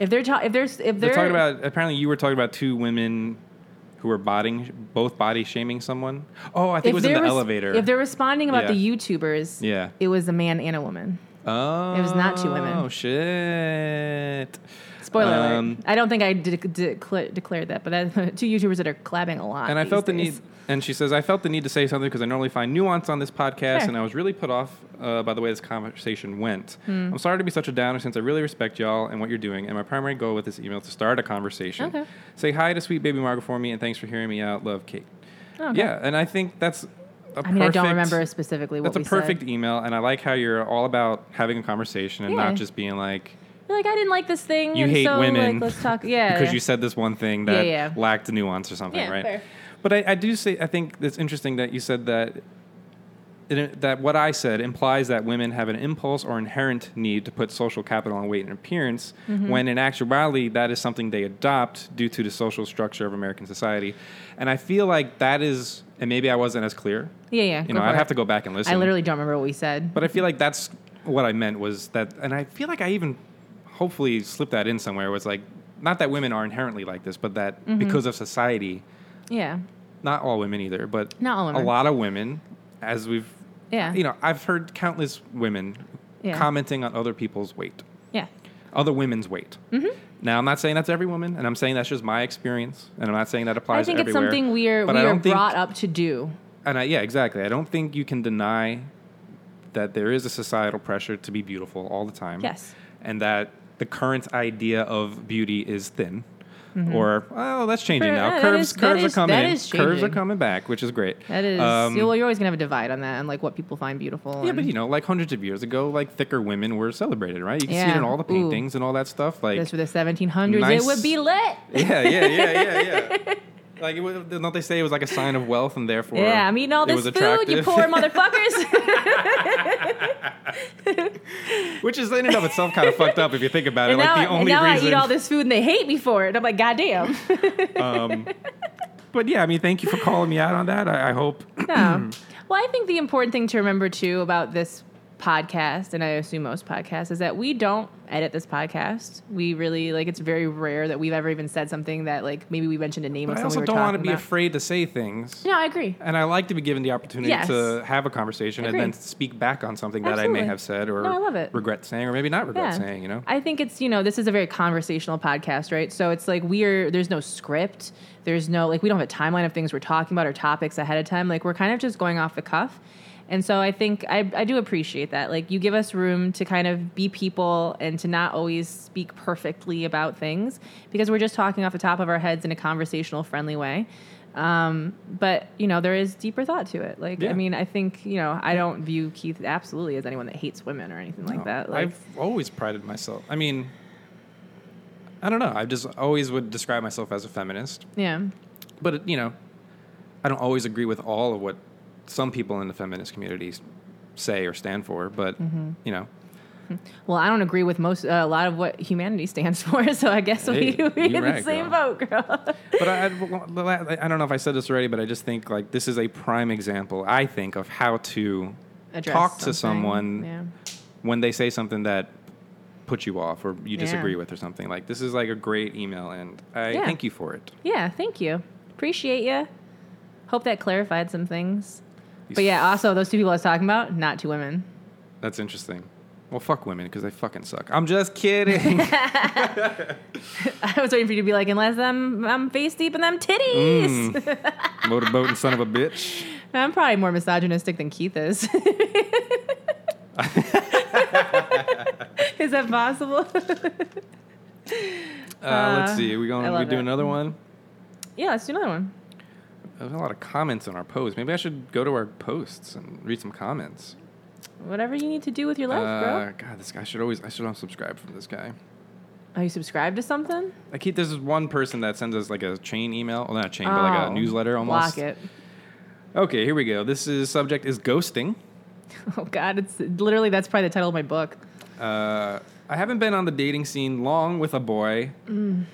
S1: If they're ta- if there's if
S2: They're talking about apparently you were talking about two women who were bodding, both body shaming someone. Oh, I think it was in the
S1: they're res-
S2: elevator.
S1: If they're responding about
S2: Yeah.
S1: the YouTubers,
S2: Yeah.
S1: it was a man and a woman.
S2: oh,
S1: was not two women.
S2: Oh shit!
S1: Spoiler
S2: Um,
S1: alert. I don't think I de- de- decla- declared that, but that, two YouTubers that are collabing a lot.
S2: And I
S1: these
S2: felt the
S1: days.
S2: need. And she says, I felt the need to say something because I normally find nuance on this podcast,
S1: Sure.
S2: and I was really put off uh, by the way this conversation went.
S1: Hmm.
S2: I'm sorry to be such a downer since I really respect y'all and what you're doing. And my primary goal with this email is to start a conversation.
S1: Okay.
S2: Say hi to sweet baby Margot for me, and thanks for hearing me out. Love, Kate.
S1: Okay.
S2: Yeah, and I think that's. A
S1: I mean, I
S2: perfect,
S1: don't remember specifically what
S2: That's a
S1: we
S2: perfect
S1: said.
S2: email, and I like how you're all about having a conversation and
S1: Yeah.
S2: not just being like
S1: You're like, I didn't like this thing.
S2: you
S1: and
S2: hate
S1: so,
S2: women
S1: Like, let's talk. Yeah.
S2: because you said this one thing that
S1: Yeah, yeah.
S2: lacked nuance or something,
S1: Yeah,
S2: right?
S1: fair.
S2: But I, I do say I think it's interesting that you said that it, that what I said implies that women have an impulse or inherent need to put social capital on weight and appearance,
S1: Mm-hmm.
S2: when in actuality that is something they adopt due to the social structure of American society, and I feel like that is and maybe I wasn't as clear.
S1: Yeah, yeah.
S2: You know,
S1: go
S2: I'd
S1: for
S2: have to
S1: it.
S2: go back and listen.
S1: I literally don't remember what we said.
S2: But I feel like that's what I meant was that, and I feel like I even hopefully slipped that in somewhere. Was like, not that women are inherently like this, but that
S1: Mm-hmm.
S2: because of society,
S1: yeah.
S2: not all women either, but
S1: Not all
S2: a
S1: women.
S2: lot of women, as we've,
S1: Yeah.
S2: you know, I've heard countless women
S1: Yeah.
S2: commenting on other people's weight,
S1: Yeah.
S2: other women's weight.
S1: Mm-hmm.
S2: Now, I'm not saying that's every woman, and I'm saying that's just my experience, and I'm not saying that
S1: I
S2: applies.
S1: think
S2: to
S1: it's
S2: everywhere,
S1: something we are,
S2: but
S1: we
S2: I
S1: are
S2: don't think-
S1: brought up to do.
S2: and I, yeah, exactly. I don't think you can deny that there is a societal pressure to be beautiful all the time.
S1: Yes.
S2: And that the current idea of beauty is thin. Or oh, that's changing
S1: Mm-hmm. Fair-
S2: now.
S1: yeah, that
S2: curves,
S1: is- that
S2: curves
S1: is-
S2: are coming.
S1: that
S2: in.
S1: is
S2: curves are
S1: changing.
S2: coming back, which is great.
S1: That is.
S2: Um,
S1: yeah, well, you're always going to have a divide on that and like what people find beautiful.
S2: yeah,
S1: and-
S2: but you know, like hundreds of years ago, like thicker women were celebrated, right? You can see it
S1: Yeah.
S2: in all the
S1: Ooh.
S2: paintings and all that stuff. Like,
S1: This for the 1700s,
S2: Nice.
S1: it would be lit.
S2: yeah, yeah, yeah, yeah, yeah. like, it was, don't they say it was like a sign of wealth and therefore?
S1: Yeah, I'm eating all
S2: it
S1: this
S2: was
S1: food, you
S2: attractive?
S1: poor motherfuckers.
S2: Which is in and of itself kind of fucked up if you think about it.
S1: and
S2: Like
S1: now,
S2: the
S1: and
S2: only
S1: now I
S2: reason.
S1: eat all this food and they hate me for it. I'm like, goddamn.
S2: But yeah, I mean, thank you for calling me out on that. I, I hope.
S1: No. well, I think the important thing to remember too about this podcast, and I assume most podcasts, is that we don't edit this podcast. We really like it's very rare that we've ever even said something that like maybe we mentioned a name
S2: But
S1: of
S2: I
S1: someone
S2: also
S1: we were
S2: don't want to
S1: talking
S2: be
S1: about.
S2: afraid to say things.
S1: no, I agree.
S2: And I like to be given the opportunity
S1: Yes.
S2: to have a conversation
S1: Agreed.
S2: and then speak back on something that I
S1: Absolutely.
S2: may have said or
S1: No, I love it.
S2: regret saying or maybe not regret
S1: Yeah.
S2: saying, you know?
S1: I think it's, you know, this is a very conversational podcast, right? So it's like we're, there's no script. There's no, like, we don't have a timeline of things we're talking about or topics ahead of time. Like, we're kind of just going off the cuff. And so I think I, I do appreciate that. Like, you give us room to kind of be people and to not always speak perfectly about things because we're just talking off the top of our heads in a conversational, friendly way. Um, but you know, there is deeper thought to it. Like,
S2: Yeah.
S1: I mean, I think, you know, I don't view Keith absolutely as anyone that hates women or anything like
S2: No,
S1: that. Like,
S2: I've always prided myself. I mean, I don't know. I just always would describe myself as a feminist,
S1: yeah.
S2: but you know, I don't always agree with all of what some people in the feminist community s- say or stand for. But
S1: Mm-hmm.
S2: you know,
S1: Well, I don't agree with most uh, a lot of what humanity stands for, so I guess
S2: Hey,
S1: we we
S2: you're
S1: in the
S2: right,
S1: same
S2: girl.
S1: boat, girl.
S2: but I, I, I don't know if I said this already, but I just think like this is a prime example. I think of how to
S1: Address
S2: talk
S1: something.
S2: to someone
S1: Yeah.
S2: when they say something that puts you off or you
S1: Yeah.
S2: disagree with or something. Like this is like a great email, and I
S1: Yeah.
S2: thank you for it.
S1: Yeah. Thank you. Appreciate you. Hope that clarified some things.
S2: These
S1: But yeah, also those two people I was talking about, not two women.
S2: That's interesting. Well, fuck women because they fucking suck. I'm just kidding.
S1: I was waiting for you to be like, unless I'm I'm face deep in them titties.
S2: Mm. Motorboating son of a bitch.
S1: I'm probably more misogynistic than Keith is. is that possible?
S2: Uh, let's see. We
S1: I
S2: going? We
S1: love
S2: do
S1: it. Mm-hmm.
S2: another one.
S1: yeah, let's do another one.
S2: There's a lot of comments on our post. Maybe I should go to our posts and read some comments.
S1: Whatever you need to do with your life,
S2: uh,
S1: bro.
S2: God, this guy I should always. I should unsubscribe from this guy.
S1: Are you subscribed to something?
S2: I keep. There's this one person that sends us like a chain email. Well, not a chain, but like
S1: Oh,
S2: a newsletter almost.
S1: Block it.
S2: Okay, here we go. This is subject is ghosting.
S1: Oh God, it's literally that's probably the title of my book.
S2: Uh, I haven't been on the dating scene long with a boy
S1: Mm.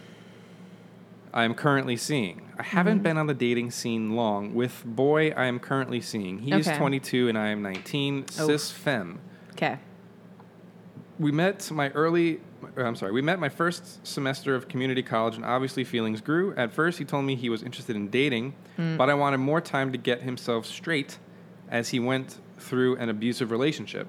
S2: I am currently seeing. I
S1: Mm-hmm.
S2: haven't been on the dating scene long with boy I am currently seeing. He is
S1: Okay.
S2: 22 and I am 19, cis femme.
S1: Okay.
S2: We met my early. or, I'm sorry. We met my first semester of community college, and obviously feelings grew. At first, he told me he was interested in dating,
S1: Hmm.
S2: but I wanted more time to get himself straight, as he went through an abusive relationship.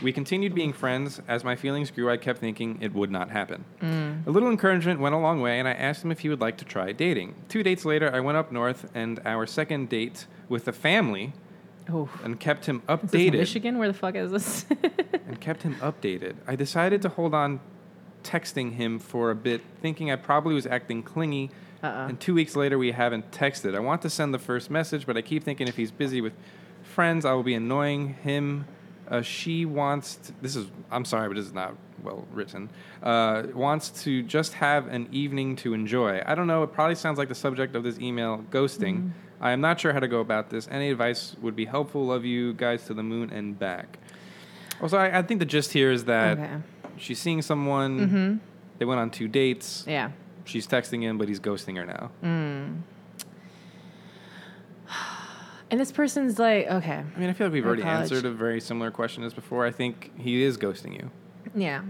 S2: We continued being friends. As my feelings grew, I kept thinking it would not happen.
S1: Hmm.
S2: A little encouragement went a long way, and I asked him if he would like to try dating. Two dates later, I went up north, and our second date with the family,
S1: Oh,
S2: and kept him
S1: is this
S2: updated
S1: Michigan? Where the fuck is this?
S2: and kept him updated. I decided to hold on texting him for a bit, thinking I probably was acting clingy.
S1: Uh-uh.
S2: And two weeks later, we haven't texted. I want to send the first message, but I keep thinking if he's busy with friends, I will be annoying him. Uh, she wants. t this is. I'm sorry, but this is not well written. Uh, wants to just have an evening to enjoy. I don't know. It probably sounds like the subject of this email: ghosting.
S1: Mm-hmm.
S2: I am not sure how to go about this. Any advice would be helpful. Love you guys to the moon and back. Also, I, I think the gist here is that
S1: Okay.
S2: she's seeing someone.
S1: Mm-hmm.
S2: They went on two dates.
S1: yeah.
S2: She's texting him, but he's ghosting her now.
S1: Mm. And this person's like, okay,
S2: I mean, I feel like we've
S1: Or
S2: already
S1: college.
S2: answered a very similar question as before. I think he is ghosting you.
S1: yeah.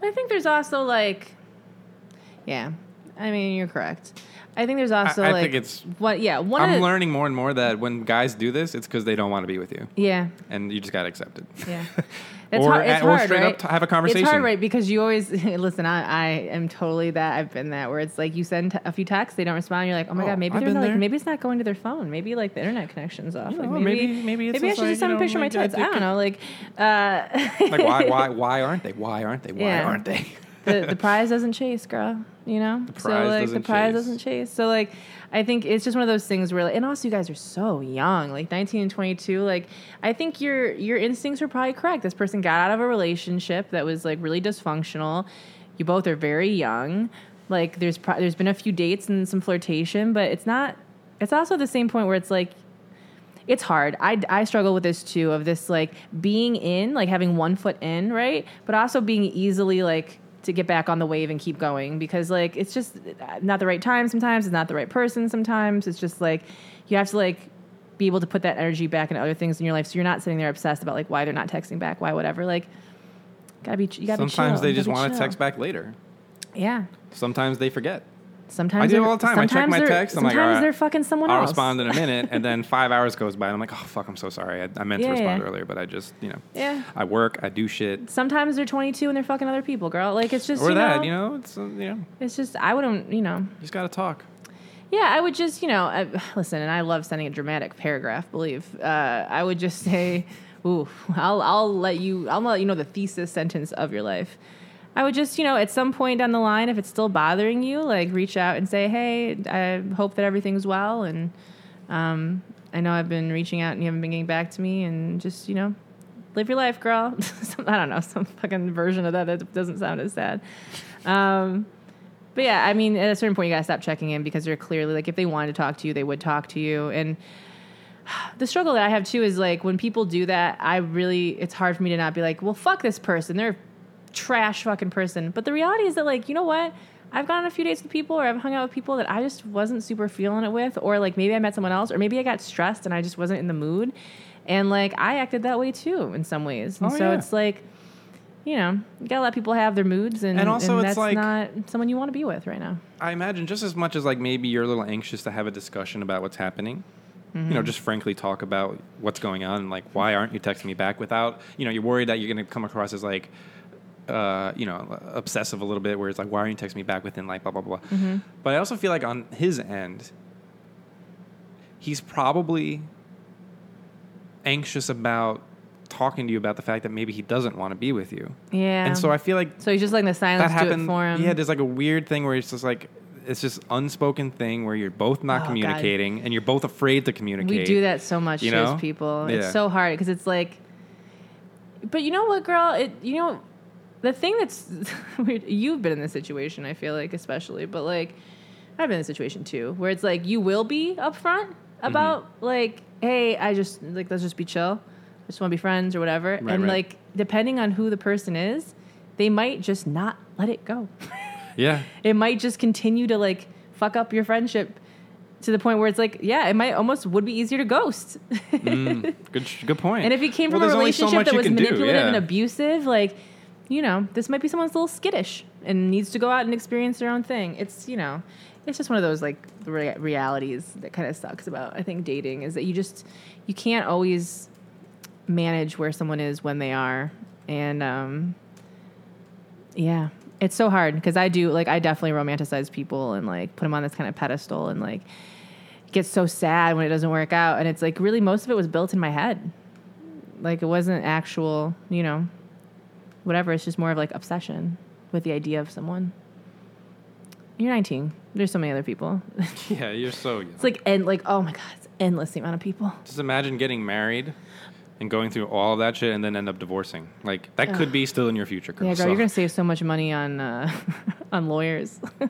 S1: But I think there's also like, yeah. I mean, you're correct. I think there's also
S2: I
S1: like
S2: think it's-
S1: what? Yeah, one.
S2: I'm
S1: of the,
S2: learning more and more that when guys do this, it's because they don't want to be with you,
S1: Yeah,
S2: and you just gotta accept it.
S1: yeah. It's
S2: Or
S1: hard. It's
S2: at- or
S1: hard,
S2: straight up
S1: right?
S2: t- have a conversation.
S1: It's hard, right? Because you always listen. I, I am totally that. I've been that where it's like you send t- a few texts, they don't respond. You're like, oh my
S2: Oh,
S1: god, maybe
S2: I've
S1: they're
S2: been
S1: not, like,
S2: there.
S1: maybe it's not going to their phone. Maybe like the internet connection's off.
S2: You
S1: Like,
S2: know,
S1: maybe
S2: maybe- maybe it's
S1: maybe I
S2: just
S1: should just
S2: like,
S1: send
S2: you
S1: a
S2: know,
S1: picture of my
S2: like, I
S1: tits. I
S2: think
S1: don't
S2: it-
S1: know. Like, uh,
S2: Like why, why, why aren't they? Why aren't they? Why
S1: Yeah.
S2: aren't they?
S1: the, the prize doesn't chase, girl. You know, the
S2: prize
S1: so like
S2: doesn't
S1: the prize
S2: chase.
S1: doesn't chase. So like, I think it's just one of those things where, like, and also you guys are so young, like nineteen and twenty two. Like, I think your your instincts were probably correct. This person got out of a relationship that was like really dysfunctional. You both are very young. Like, there's pro- there's been a few dates and some flirtation, but it's not. It's also at the same point where it's like it's hard. I, I struggle with this too of this like being in, like having one foot in, right? But also being easily like to get back on the wave and keep going because like it's just not the right time sometimes, it's not the right person sometimes. It's just like you have to like be able to put that energy back into other things in your life. So you're not sitting there obsessed about like why they're not texting back, why whatever. Like, gotta be. You gotta be
S2: Sometimes
S1: chill.
S2: they
S1: You
S2: just
S1: gotta be
S2: want to
S1: chill.
S2: text back later.
S1: Yeah.
S2: Sometimes they forget.
S1: Sometimes
S2: I do it
S1: they're-
S2: all the time. I check
S1: sometimes
S2: my
S1: they're-
S2: text, I'm like,
S1: Sometimes
S2: all right,
S1: they're fucking someone
S2: I'll
S1: else.
S2: respond in a minute, and then five hours goes by, and I'm like, oh fuck, I'm so sorry. I, I meant to
S1: Yeah,
S2: respond
S1: yeah.
S2: earlier, but I just, you know,
S1: Yeah.
S2: I work, I do shit,
S1: Sometimes they're 22 and they're fucking other people, girl. Like it's just
S2: or
S1: you
S2: that.
S1: know,
S2: You know, it's uh, you know,
S1: it's just I wouldn't you know
S2: you just gotta talk.
S1: yeah I would just you know I, listen and I love sending a dramatic paragraph believe uh, I would just say ooh I'll I'll let you I'll let you know the thesis sentence of your life I would just you know at some point down the line if it's still bothering you like reach out and say hey I hope that everything's well and um, I know I've been reaching out and you haven't been getting back to me and just you know live your life, girl. some, I don't know, some fucking version of that that doesn't sound as sad. Um, but yeah, I mean, at a certain point, you gotta stop checking in because they're clearly like, if they wanted to talk to you, they would talk to you. And the struggle that I have too is like when people do that, I really, it's hard for me to not be like, well, fuck this person. They're a trash fucking person. But the reality is that, like, you know what? I've gone on a few dates with people or I've hung out with people that I just wasn't super feeling it with, or like maybe I met someone else, or maybe I got stressed and I just wasn't in the mood. And like I acted that way too in some ways. And
S2: Oh,
S1: so
S2: yeah.
S1: it's like, you know, you gotta let people have their moods, and,
S2: And also it's
S1: that's
S2: like-
S1: not someone you want to be with right now.
S2: I imagine just as much as like maybe you're a little anxious to have a discussion about what's happening. You know, just frankly talk about what's going on and like why aren't you texting me back without you know you're worried that you're going to come across as like uh, you know obsessive a little bit where it's like why aren't you texting me back within like blah blah blah. But I also feel like on his end, he's probably anxious about talking to you about the fact that maybe he doesn't want to be with you.
S1: Yeah.
S2: And so I feel like
S1: so he's just letting the silence
S2: that
S1: do it
S2: happened.
S1: for him.
S2: Yeah, there's like a weird thing where it's just like it's just unspoken thing where you're both not
S1: Oh, God.
S2: communicating and you're both afraid to communicate.
S1: We do that so much
S2: you
S1: to as
S2: know?
S1: people.
S2: Yeah.
S1: It's so hard because it's like, but you know what, girl? It you know, the thing that's weird. You've been in this situation, I feel like, especially, but like I've been in a situation too, where it's like you will be upfront
S2: Mm-hmm.
S1: about like, hey, I just like let's just be chill, I just want to be friends or whatever, and
S2: right.
S1: like depending on who the person is, they might just not let it go
S2: Yeah,
S1: it might just continue to like fuck up your friendship to the point where it's like, yeah, it might almost would be easier to ghost.
S2: good, sh- good point.
S1: and if you came
S2: Well,
S1: from a
S2: there's only so
S1: relationship
S2: much
S1: that
S2: you
S1: was
S2: can do,
S1: manipulative
S2: yeah.
S1: and abusive, like, you know, this might be someone's a little skittish and needs to go out and experience their own thing. It's, you know, it's just one of those like re- realities that kind of sucks about I think dating is that you just you can't always manage where someone is when they are and um yeah it's so hard because i do like i definitely romanticize people and like put them on this kind of pedestal and like get so sad when it doesn't work out and it's like really most of it was built in my head like it wasn't actual you know whatever it's just more of like obsession with the idea of someone you're 19 there's so many other people it's
S2: yeah, you're so. Young.
S1: like and like oh my god it's endless the amount of people
S2: just imagine getting married and going through all of that shit and then end up divorcing. Like that could be still in your future. Girl.
S1: Yeah, girl,
S2: so,
S1: you're gonna save so much money on uh, on lawyers.
S2: so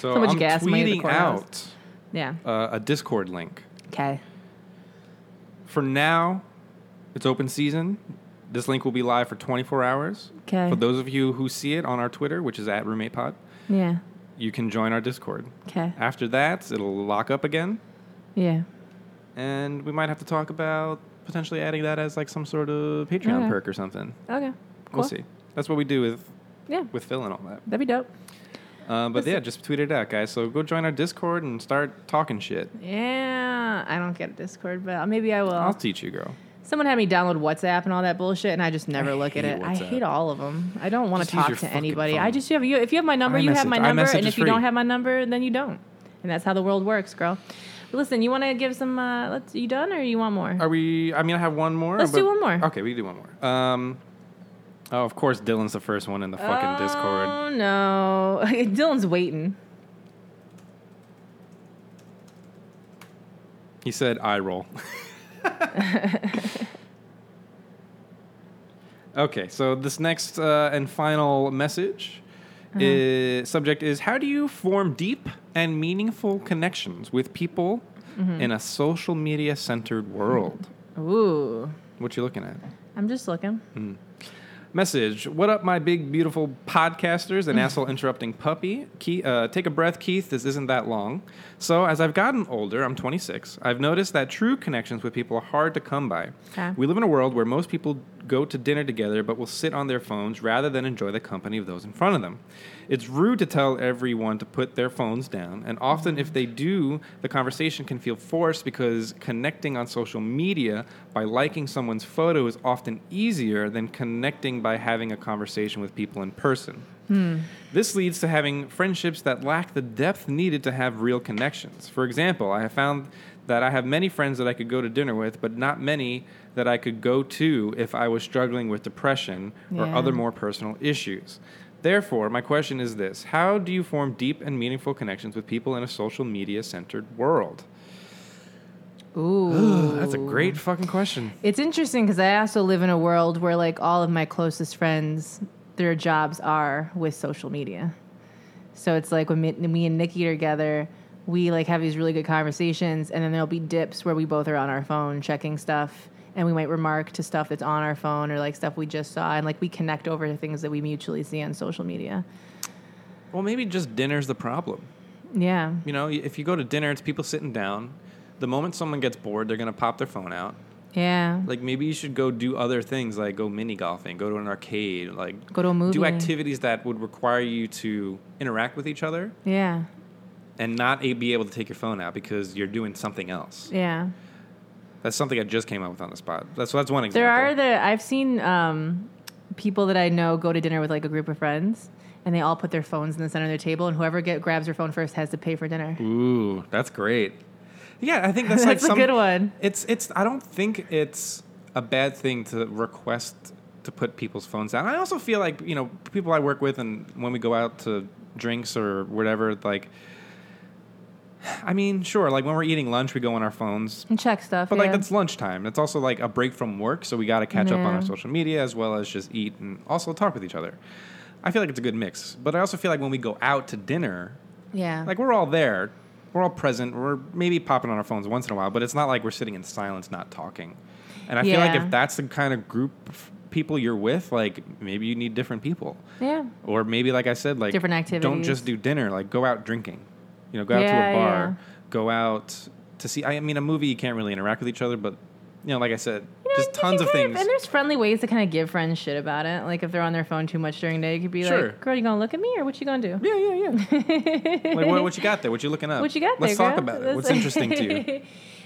S1: so much
S2: I'm
S1: gas money at the
S2: tweeting out
S1: courthouse. yeah.
S2: uh, a Discord link.
S1: Okay.
S2: For now, it's open season. This link will be live for 24 hours.
S1: 'Kay.
S2: For those of you who see it on our Twitter, which is at roommate pod,
S1: Yeah.
S2: you can join our Discord.
S1: Okay.
S2: After that, it'll lock up again,
S1: Yeah.
S2: and we might have to talk about potentially adding that as like some sort of Patreon
S1: Okay.
S2: perk or something.
S1: Okay.
S2: We'll see. That's what we do with
S1: Yeah.
S2: with Phil and all that.
S1: That'd be dope.
S2: Uh, but yeah, just tweet it out, guys. So go join our Discord and start talking shit.
S1: Yeah. I don't get Discord, but uh, maybe I will.
S2: I'll teach you, girl.
S1: Someone had me download WhatsApp and all that bullshit, and I just never
S2: I
S1: look at
S2: hate
S1: it. I
S2: WhatsApp.
S1: hate all of them. I don't want to
S2: Just use
S1: talk
S2: your
S1: to
S2: fucking
S1: anybody.
S2: phone.
S1: I just have you. If you have my number, you have my
S2: iMessage-
S1: number,
S2: iMessage
S1: and
S2: is
S1: if you don't
S2: free.
S1: have my number, then you don't. And that's how the world works, girl. But listen, you want to give some? Uh, let's. You done or you want more?
S2: Are we? I mean, I have one more.
S1: Let's do one more.
S2: Okay, we can do one more. Um, oh, of course, Dylan's the first one in the fucking Discord.
S1: Oh no, Dylan's waiting.
S2: He said, "I roll." okay, so this next uh, and final message
S1: Uh-huh.
S2: is, subject is: How do you form deep and meaningful connections with people
S1: Mm-hmm.
S2: in a social media-centered world?
S1: Ooh,
S2: What you looking at?
S1: I'm just looking.
S2: Message: What up, my big beautiful podcasters and asshole interrupting puppy? Keith, uh, take a breath, Keith. This isn't that long. So as I've gotten older, I'm 26. I've noticed that true connections with people are hard to come by.
S1: Okay.
S2: We live in a world where most people go to dinner together but will sit on their phones rather than enjoy the company of those in front of them. It's rude to tell everyone to put their phones down, and often if they do, the conversation can feel forced because connecting on social media by liking someone's photo is often easier than connecting by having a conversation with people in person. This leads to having friendships that lack the depth needed to have real connections. For example, I have found that I have many friends that I could go to dinner with, but not many that I could go to if I was struggling with depression or
S1: Yeah.
S2: other more personal issues. Therefore, my question is this How do you form deep and meaningful connections with people in a social media centered world?
S1: Ooh,
S2: That's a great fucking question.
S1: It's interesting because I also live in a world where like all of my closest friends, their jobs are with social media. So it's like when me, me and Nikki are together, we like have these really good conversations, and then there'll be dips where we both are on our phone checking stuff, and we might remark to stuff that's on our phone or like stuff we just saw, and like we connect over to things that we mutually see on social media.
S2: Well, maybe just dinner's the problem.
S1: Yeah,
S2: You know, if you go to dinner, it's people sitting down. The moment someone gets bored, they're going to pop their phone out.
S1: yeah.
S2: Like maybe you should go do other things, like go mini golfing, go to an arcade, like
S1: Go to a movie.
S2: do activities that would require you to interact with each other
S1: Yeah,
S2: and not a- be able to take your phone out because you're doing something else.
S1: yeah.
S2: That's something I just came up with on the spot. That's that's one example.
S1: There are the I've seen um, people that I know go to dinner with like a group of friends, and they all put their phones in the center of their table, and whoever get, grabs their phone first has to pay for dinner.
S2: Ooh, that's great. Yeah, I think that's, like
S1: That's a
S2: some,
S1: good one.
S2: It's it's. I don't think it's a bad thing to request to put people's phones down. I also feel like you know people I work with, and when we go out to drinks or whatever, like. I mean, sure. Like when we're eating lunch, we go on our phones,
S1: And check stuff.
S2: but
S1: yeah.
S2: like that's lunchtime. That's also like a break from work, so we got to catch up on
S1: Yeah.
S2: our social media as well as just eat and also talk with each other. I feel like it's a good mix, but I also feel like when we go out to dinner,
S1: yeah.
S2: like we're all there, we're all present, we're maybe popping on our phones once in a while, but it's not like we're sitting in silence not talking. And I feel like
S1: Yeah.
S2: if that's the kind of group of people you're with, like maybe you need different people,
S1: yeah.
S2: or maybe like I said, like
S1: Different
S2: Don't
S1: activities.
S2: just do dinner. Like go out drinking, you know, go out to
S1: Yeah,
S2: a bar, go out to see. I mean, a movie you can't really interact with each other, but you know, like I said,
S1: You know,
S2: just
S1: you
S2: tons
S1: can
S2: of
S1: kind
S2: things.
S1: and there's friendly ways to kind of give friends shit about it. Like if they're on their phone too much during the day, you could be
S2: Sure.
S1: like, "Girl, you gonna look at me or what you gonna do?"
S2: yeah, yeah, yeah. like what, what you got there? What you looking up?
S1: What you got
S2: Um, Let's
S1: there?
S2: talk
S1: girl?
S2: about it.
S1: That's-
S2: What's interesting to you?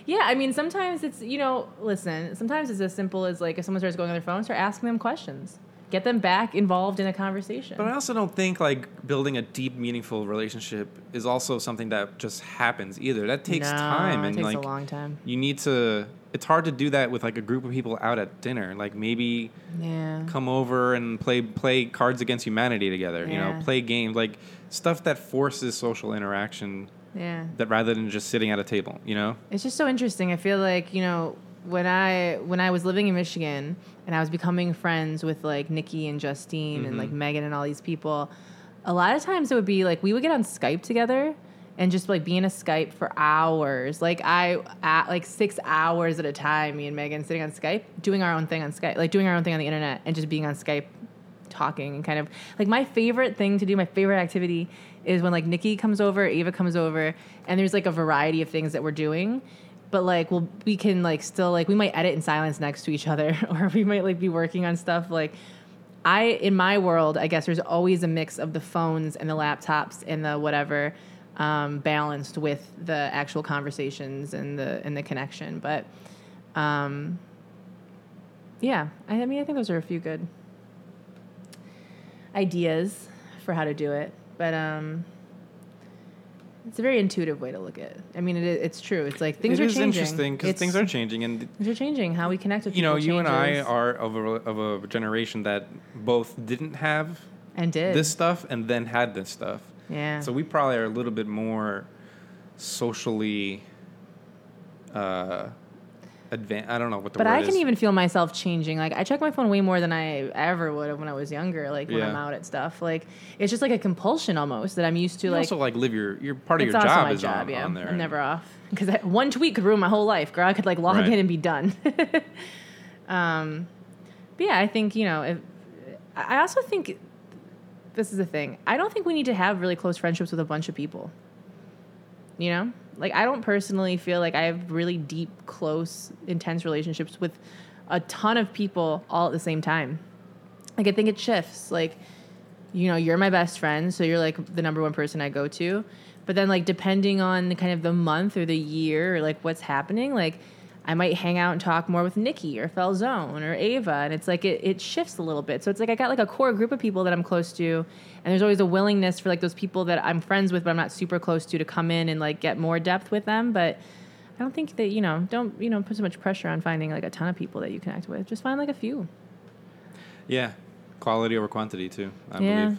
S1: yeah, I mean, sometimes it's, you know, listen, sometimes it's as simple as like if someone starts going on their phone, start asking them questions. Get them back involved in a conversation.
S2: But I also don't think like building a deep, meaningful relationship is also something that just happens either. That takes
S1: No,
S2: time,
S1: it
S2: and
S1: takes
S2: like
S1: a long time.
S2: you need to. It's hard to do that with like a group of people out at dinner. Like maybe
S1: Mm-hmm. Yeah.
S2: come over and play play Cards Against Humanity together. You
S1: Yeah.
S2: know, play games like stuff that forces social interaction
S1: Yeah.
S2: that rather than just sitting at a table. You know,
S1: It's just so interesting. I feel like, you know, when I when I was living in Michigan and I was becoming friends with like Nikki and Justine and like Megan and all these people, a lot of times it would be like we would get on Skype together and just like be in a Skype for hours. Like I at like 6 hours at a time me and Megan sitting on Skype doing our own thing on Skype, like doing our own thing on the internet and just being on Skype talking and kind of like my favorite thing to do, my favorite activity is when like Nikki comes over, Ava comes over, and there's like a variety of things that we're doing. But like we'll we can like still like we might edit in silence next to each other or we might like be working on stuff like I in my world, I guess there's always a mix of the phones and the laptops and the whatever um, balanced with the actual conversations and the and the connection. But um, yeah, I, I mean, I think those are a few good ideas for how to do it. But um, it's a very intuitive way to look at. it. I mean, it, i- it's true. It's like things
S2: It
S1: are
S2: is
S1: changing.
S2: interesting because
S1: It's-
S2: things are changing and
S1: things are changing. How we connect with
S2: you know
S1: people
S2: you and I
S1: changes.
S2: are of a of a generation that both didn't have
S1: and did
S2: this stuff and then had this stuff.
S1: yeah
S2: So we probably are a little bit more socially uh advanced. I don't know what the
S1: But
S2: word
S1: I can
S2: is.
S1: even feel myself changing. Like I check my phone way more than I ever would have when I was younger. Like when
S2: Yeah.
S1: I'm out at stuff, like it's just like a compulsion almost that I'm used to.
S2: You
S1: like
S2: also like live your your part of
S1: it's
S2: your
S1: also
S2: job
S1: my
S2: is
S1: job.
S2: on,
S1: yeah,
S2: on there.
S1: I'm never off because one tweet could ruin my whole life, girl. I could like log
S2: Right.
S1: in and be done. um, but yeah, I think you know if I I also think this is the thing. I don't think we need to have really close friendships with a bunch of people. You know? Like I don't personally feel like I have really deep, close, intense relationships with a ton of people all at the same time. Like I think it shifts. Like you know, you're my best friend, so you're like the number one person I go to. But then like depending on the kind of the month or the year or like what's happening, like I might hang out and talk more with Nikki or Felzone or Ava. And it's like it, it shifts a little bit. So it's like I got like a core group of people that I'm close to and there's always a willingness for like those people that I'm friends with but I'm not super close to to come in and like get more depth with them. But I don't think that, you know, don't, you know, put so much pressure on finding like a ton of people that you connect with. Just find like a few.
S2: Yeah. Quality over quantity, too, I
S1: Yeah.
S2: believe.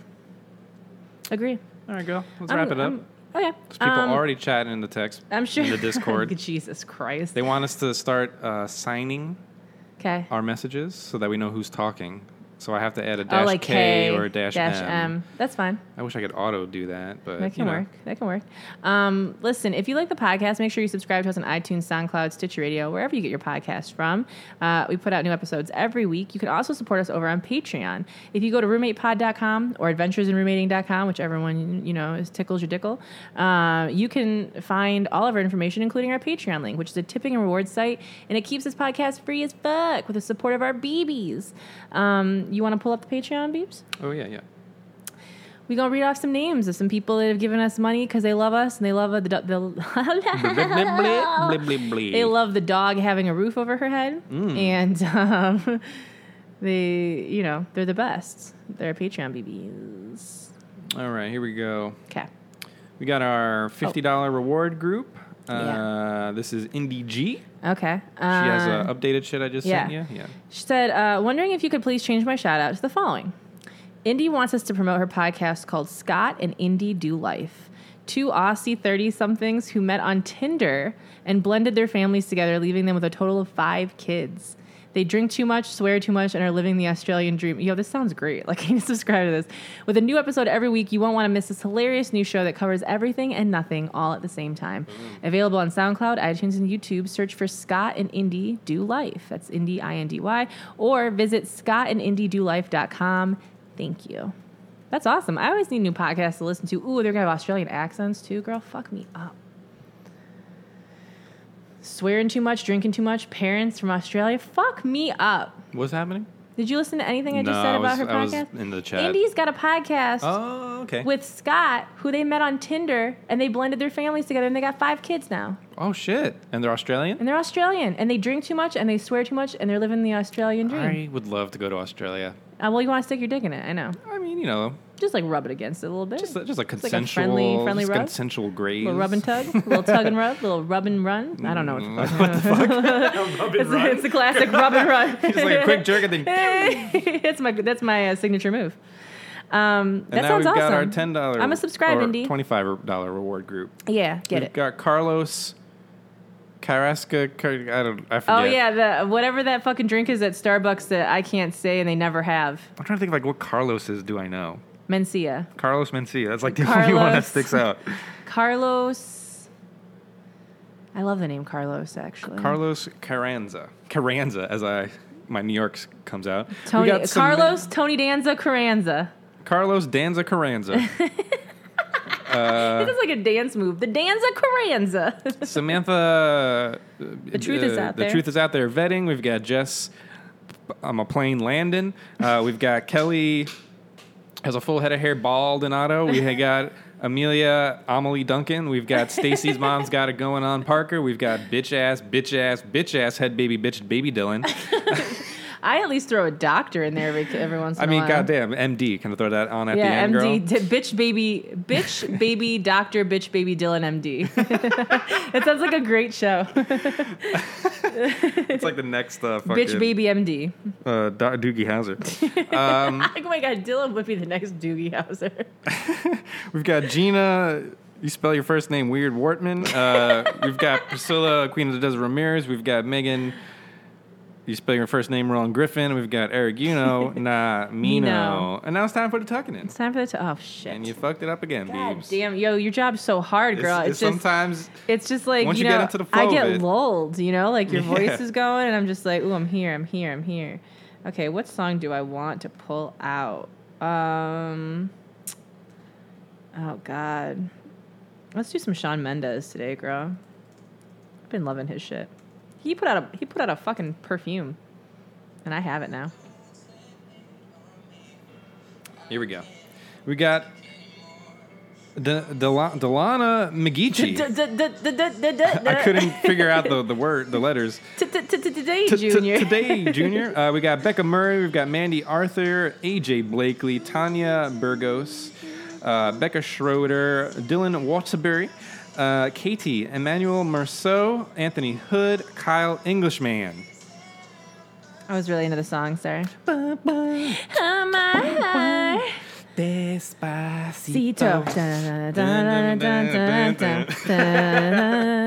S1: Agree.
S2: All right, girl. Let's
S1: I'm-
S2: wrap it up.
S1: I'm- okay.
S2: 'Cause people
S1: Um,
S2: already chatting in the text.
S1: I'm sure.
S2: In the Discord.
S1: Jesus Christ.
S2: they want us to start uh, signing
S1: Okay.
S2: our messages so that we know who's talking. So I have to add a dash
S1: Oh, like
S2: K,
S1: K,
S2: or a dash, M.
S1: That's fine.
S2: I wish I could auto do that, but
S1: That
S2: you
S1: can
S2: know.
S1: work. That can work. Um, listen, if you like the podcast, make sure you subscribe to us on iTunes, SoundCloud, Stitcher Radio, wherever you get your podcast from. Uh, we put out new episodes every week. You can also support us over on Patreon. If you go to roommatepod.com or adventuresinroommating.com, whichever one you know is tickles your dickle, uh, you can find all of our information, including our Patreon link, which is a tipping and reward site, and it keeps this podcast free as fuck with the support of our BBs. Um, you want to pull up the Patreon, Beeps?
S2: Oh yeah, yeah.
S1: we gonna read off some names of some people that have given us money because they love us and they love the, do-
S2: Blip,
S1: the
S2: blip, blip, blip, blip, blip.
S1: they love the dog having a roof over her head
S2: Mm.
S1: and um, they you know they're the best they're patreon bbs
S2: All right, here we go.
S1: okay
S2: We got our fifty dollar reward group. Uh,
S1: Yeah.
S2: This is Indie G. She
S1: okay uh,
S2: has uh, updated shit I just sent
S1: yeah.
S2: you. Yeah.
S1: She said, uh, wondering if you could please change my shout out to the following. Indy wants us to promote her podcast called Scott and Indy Do Life. Two Aussie 30 somethings who met on Tinder and blended their families together, leaving them with a total of five kids. They drink too much, swear too much, and are living the Australian dream. Yo, this sounds great. Like, I need to subscribe to this. With a new episode every week, you won't want to miss this hilarious new show that covers everything and nothing all at the same time. Available on SoundCloud, iTunes, and YouTube. Search for Scott and Indie Do Life. That's Indie, I N D Y. Or visit scottandindiedolife.com. Thank you. That's awesome. I always need new podcasts to listen to. Ooh, they're going to have Australian accents too. Girl, fuck me up. Swearing too much, drinking too much, parents from Australia, fuck me up.
S2: What's happening?
S1: Did you listen to anything I just
S2: No,
S1: said
S2: I
S1: about
S2: was-
S1: her
S2: I was
S1: podcast?
S2: in the chat.
S1: Andy's got a podcast
S2: Oh, okay.
S1: with Scott, who they met on Tinder, and they blended their families together, and they got five kids now,
S2: oh shit! And they're Australian.
S1: and they're Australian, and they drink too much, and they swear too much, and they're living the Australian dream.
S2: I would love to go to Australia.
S1: Uh, well, you want to stick your dick in it? I know.
S2: I mean, you know,
S1: Just like rub it against it a little bit.
S2: just, just a
S1: like a
S2: consensual,
S1: friendly- friendly
S2: just
S1: rub?
S2: consensual graze.
S1: little rub and tug, little tug and rub, little rub and run. I don't know what the fuck.
S2: Mm. Rub
S1: It's, it's the classic rub and run.
S2: just like a quick jerk and then.
S1: that's my that's my uh, signature move. Um, that
S2: and now
S1: sounds
S2: we've
S1: awesome.
S2: got our ten dollar.
S1: I'm a subscribe, Indy.
S2: Twenty-five dollar reward group.
S1: yeah, get
S2: we've
S1: it.
S2: got Carlos Carrasca. Car- I don't. I forget.
S1: Oh yeah, the whatever that fucking drink is at Starbucks that I can't say and they never have.
S2: I'm trying to think of like what Carlos's do I know?
S1: Mencia.
S2: Carlos Mencia. That's like the only one that
S1: Carlos.
S2: sticks out.
S1: Carlos. I love the name Carlos. Actually,
S2: Carlos Carranza. Carranza, as I my New York's comes out. We
S1: Tony
S2: got some-
S1: Carlos Tony Danza Carranza.
S2: Carlos Danza Carranza. Uh,
S1: this is like a dance move. The Danza Carranza.
S2: Samantha. The
S1: truth is out
S2: the
S1: there.
S2: truth is out there. Vetting. We've got Jess. I'm a plane landing. Uh, we've got Kelly has a full head of hair, bald and auto. We have got Amelia Amelie Duncan. We've got Stacy's mom's got it going on. Parker. We've got bitch ass, bitch ass, bitch ass head baby, bitch baby Dylan.
S1: I at least throw a doctor in there every, every once in
S2: I
S1: a
S2: mean,
S1: while.
S2: goddamn, MD. Can I throw that on at the
S1: Yeah,
S2: end, girl?
S1: MD, d- bitch baby, bitch baby, doctor, bitch baby, Dylan, MD. it sounds like a great show.
S2: It's like the next uh, fucking
S1: bitch baby, MD.
S2: uh, Do- Doogie Howser.
S1: oh my god, Dylan would be the next Doogie Howser.
S2: We've got Gina. You spell your first name weird, Wortman. Uh, we've got Priscilla, Queen of the Desert Ramirez. We've got Megan. You spell your first name wrong, Griffin. We've got Eric Uno, nah, Mino.
S1: Mino.
S2: And now it's time for the tucking in.
S1: It's time for the t- oh shit.
S2: And you fucked it up again,
S1: god
S2: Beebs.
S1: damn, yo, your job's so hard,
S2: It's-
S1: girl.
S2: it's
S1: It's, just
S2: sometimes
S1: it's just like
S2: Once
S1: you
S2: you
S1: know,
S2: get into the flow
S1: I
S2: of
S1: get
S2: it-
S1: lulled. You know, like your
S2: Yeah.
S1: voice is going, and I'm just like, ooh, I'm here, I'm here, I'm here. Okay, what song do I want to pull out? Um, oh God, let's do some Sean Mendez today, girl. I've been loving his shit. He put out a he put out a fucking perfume, and I have it now.
S2: Here we go. We got the Del- Delana McGeechee. I
S1: I
S2: couldn't figure out the, the word, the letters.
S1: Today,
S2: T- t-
S1: Junior.
S2: Today, Junior. Uh, we got Becca Murray. We've got Mandy Arthur, AJ Blakely, Tanya Burgos, uh, Becca Schroeder, Dylan Waterbury, uh, Katie, Emmanuel Merceau, Anthony Hood, Kyle Englishman.
S1: I was really into the song. Sorry. Oh, Despacito.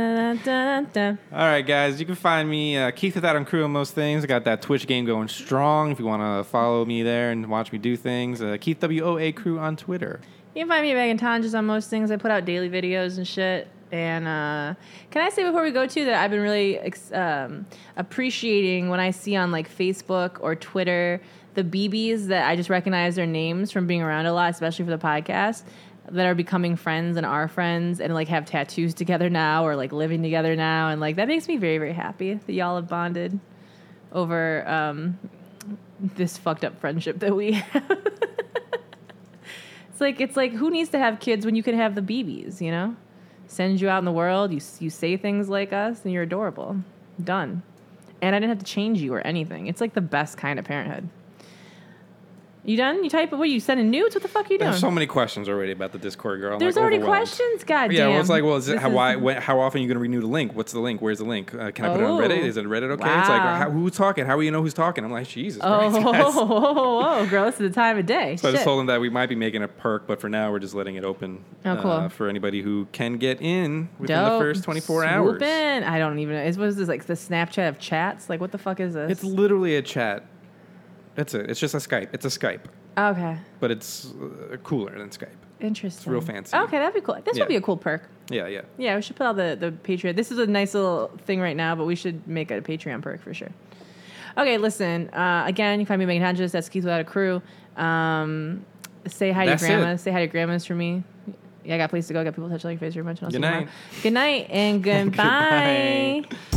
S2: All right, guys, you can find me, uh, Keith Without on Crew on most things. I got that Twitch game going strong if you want to follow me there and watch me do things. Uh, Keith WOA Crew on Twitter.
S1: You can find me at Megan Tonges on most things. I put out daily videos and shit. And uh, can I say before we go to that I've been really ex- um, appreciating when I see on like Facebook or Twitter the BBs that I just recognize their names from being around a lot, especially for the podcast, that are becoming friends and are friends and like have tattoos together now or like living together now. And like that makes me very, very happy that y'all have bonded over um, this fucked up friendship that we have. It's like it's like who needs to have kids when you can have the BBs, you know? Send you out in the world, you you say things like us, and you're adorable. Done. And I didn't have to change you or anything. It's like the best kind of parenthood. You done? You type what are you sending nudes? What the fuck are you doing?
S2: There's so many questions already about the Discord girl. I'm,
S1: There's
S2: like,
S1: already
S2: overwhelmed.
S1: questions. God
S2: Yeah,
S1: damn.
S2: well, it's like, well, is it,
S1: This
S2: how, why, when, how often are you going to renew the link? What's the link? Where's the link? Uh, can I put it on
S1: Oh.
S2: Reddit? Is it Reddit okay? It's like,
S1: Wow.
S2: how, who's talking? How do you know who's talking? I'm like, Jesus
S1: Oh,
S2: Christ. guys.
S1: oh, oh, oh, oh, gross at the time of day.
S2: So I just
S1: Shit.
S2: told them that we might be making a perk, but for now we're just letting it open
S1: Oh, cool.
S2: uh, for anybody who can get in within
S1: Dope.
S2: the first 24
S1: Swoop
S2: hours.
S1: in. I don't even know. Is what is this like the Snapchat of chats? Like what the fuck is this?
S2: It's literally a chat. That's it. It's just a Skype. It's a Skype,
S1: okay.
S2: but it's uh, cooler than Skype.
S1: Interesting.
S2: real fancy.
S1: Okay, that'd be cool. This
S2: Yeah.
S1: would be a cool perk.
S2: Yeah, yeah.
S1: Yeah, we should put out the, the Patreon. This is a nice little thing right now, but we should make a Patreon perk for sure. Okay, listen. Uh, again, you can find me Megan Hodges. That's Keith Without a Crew. Um, say hi
S2: That's
S1: to your grandma.
S2: it.
S1: Say hi to grandmas for me. Yeah, I got a place to go. I got people touching your face very much. And I'll
S2: Good
S1: see you tomorrow.
S2: night.
S1: Good night and goodbye.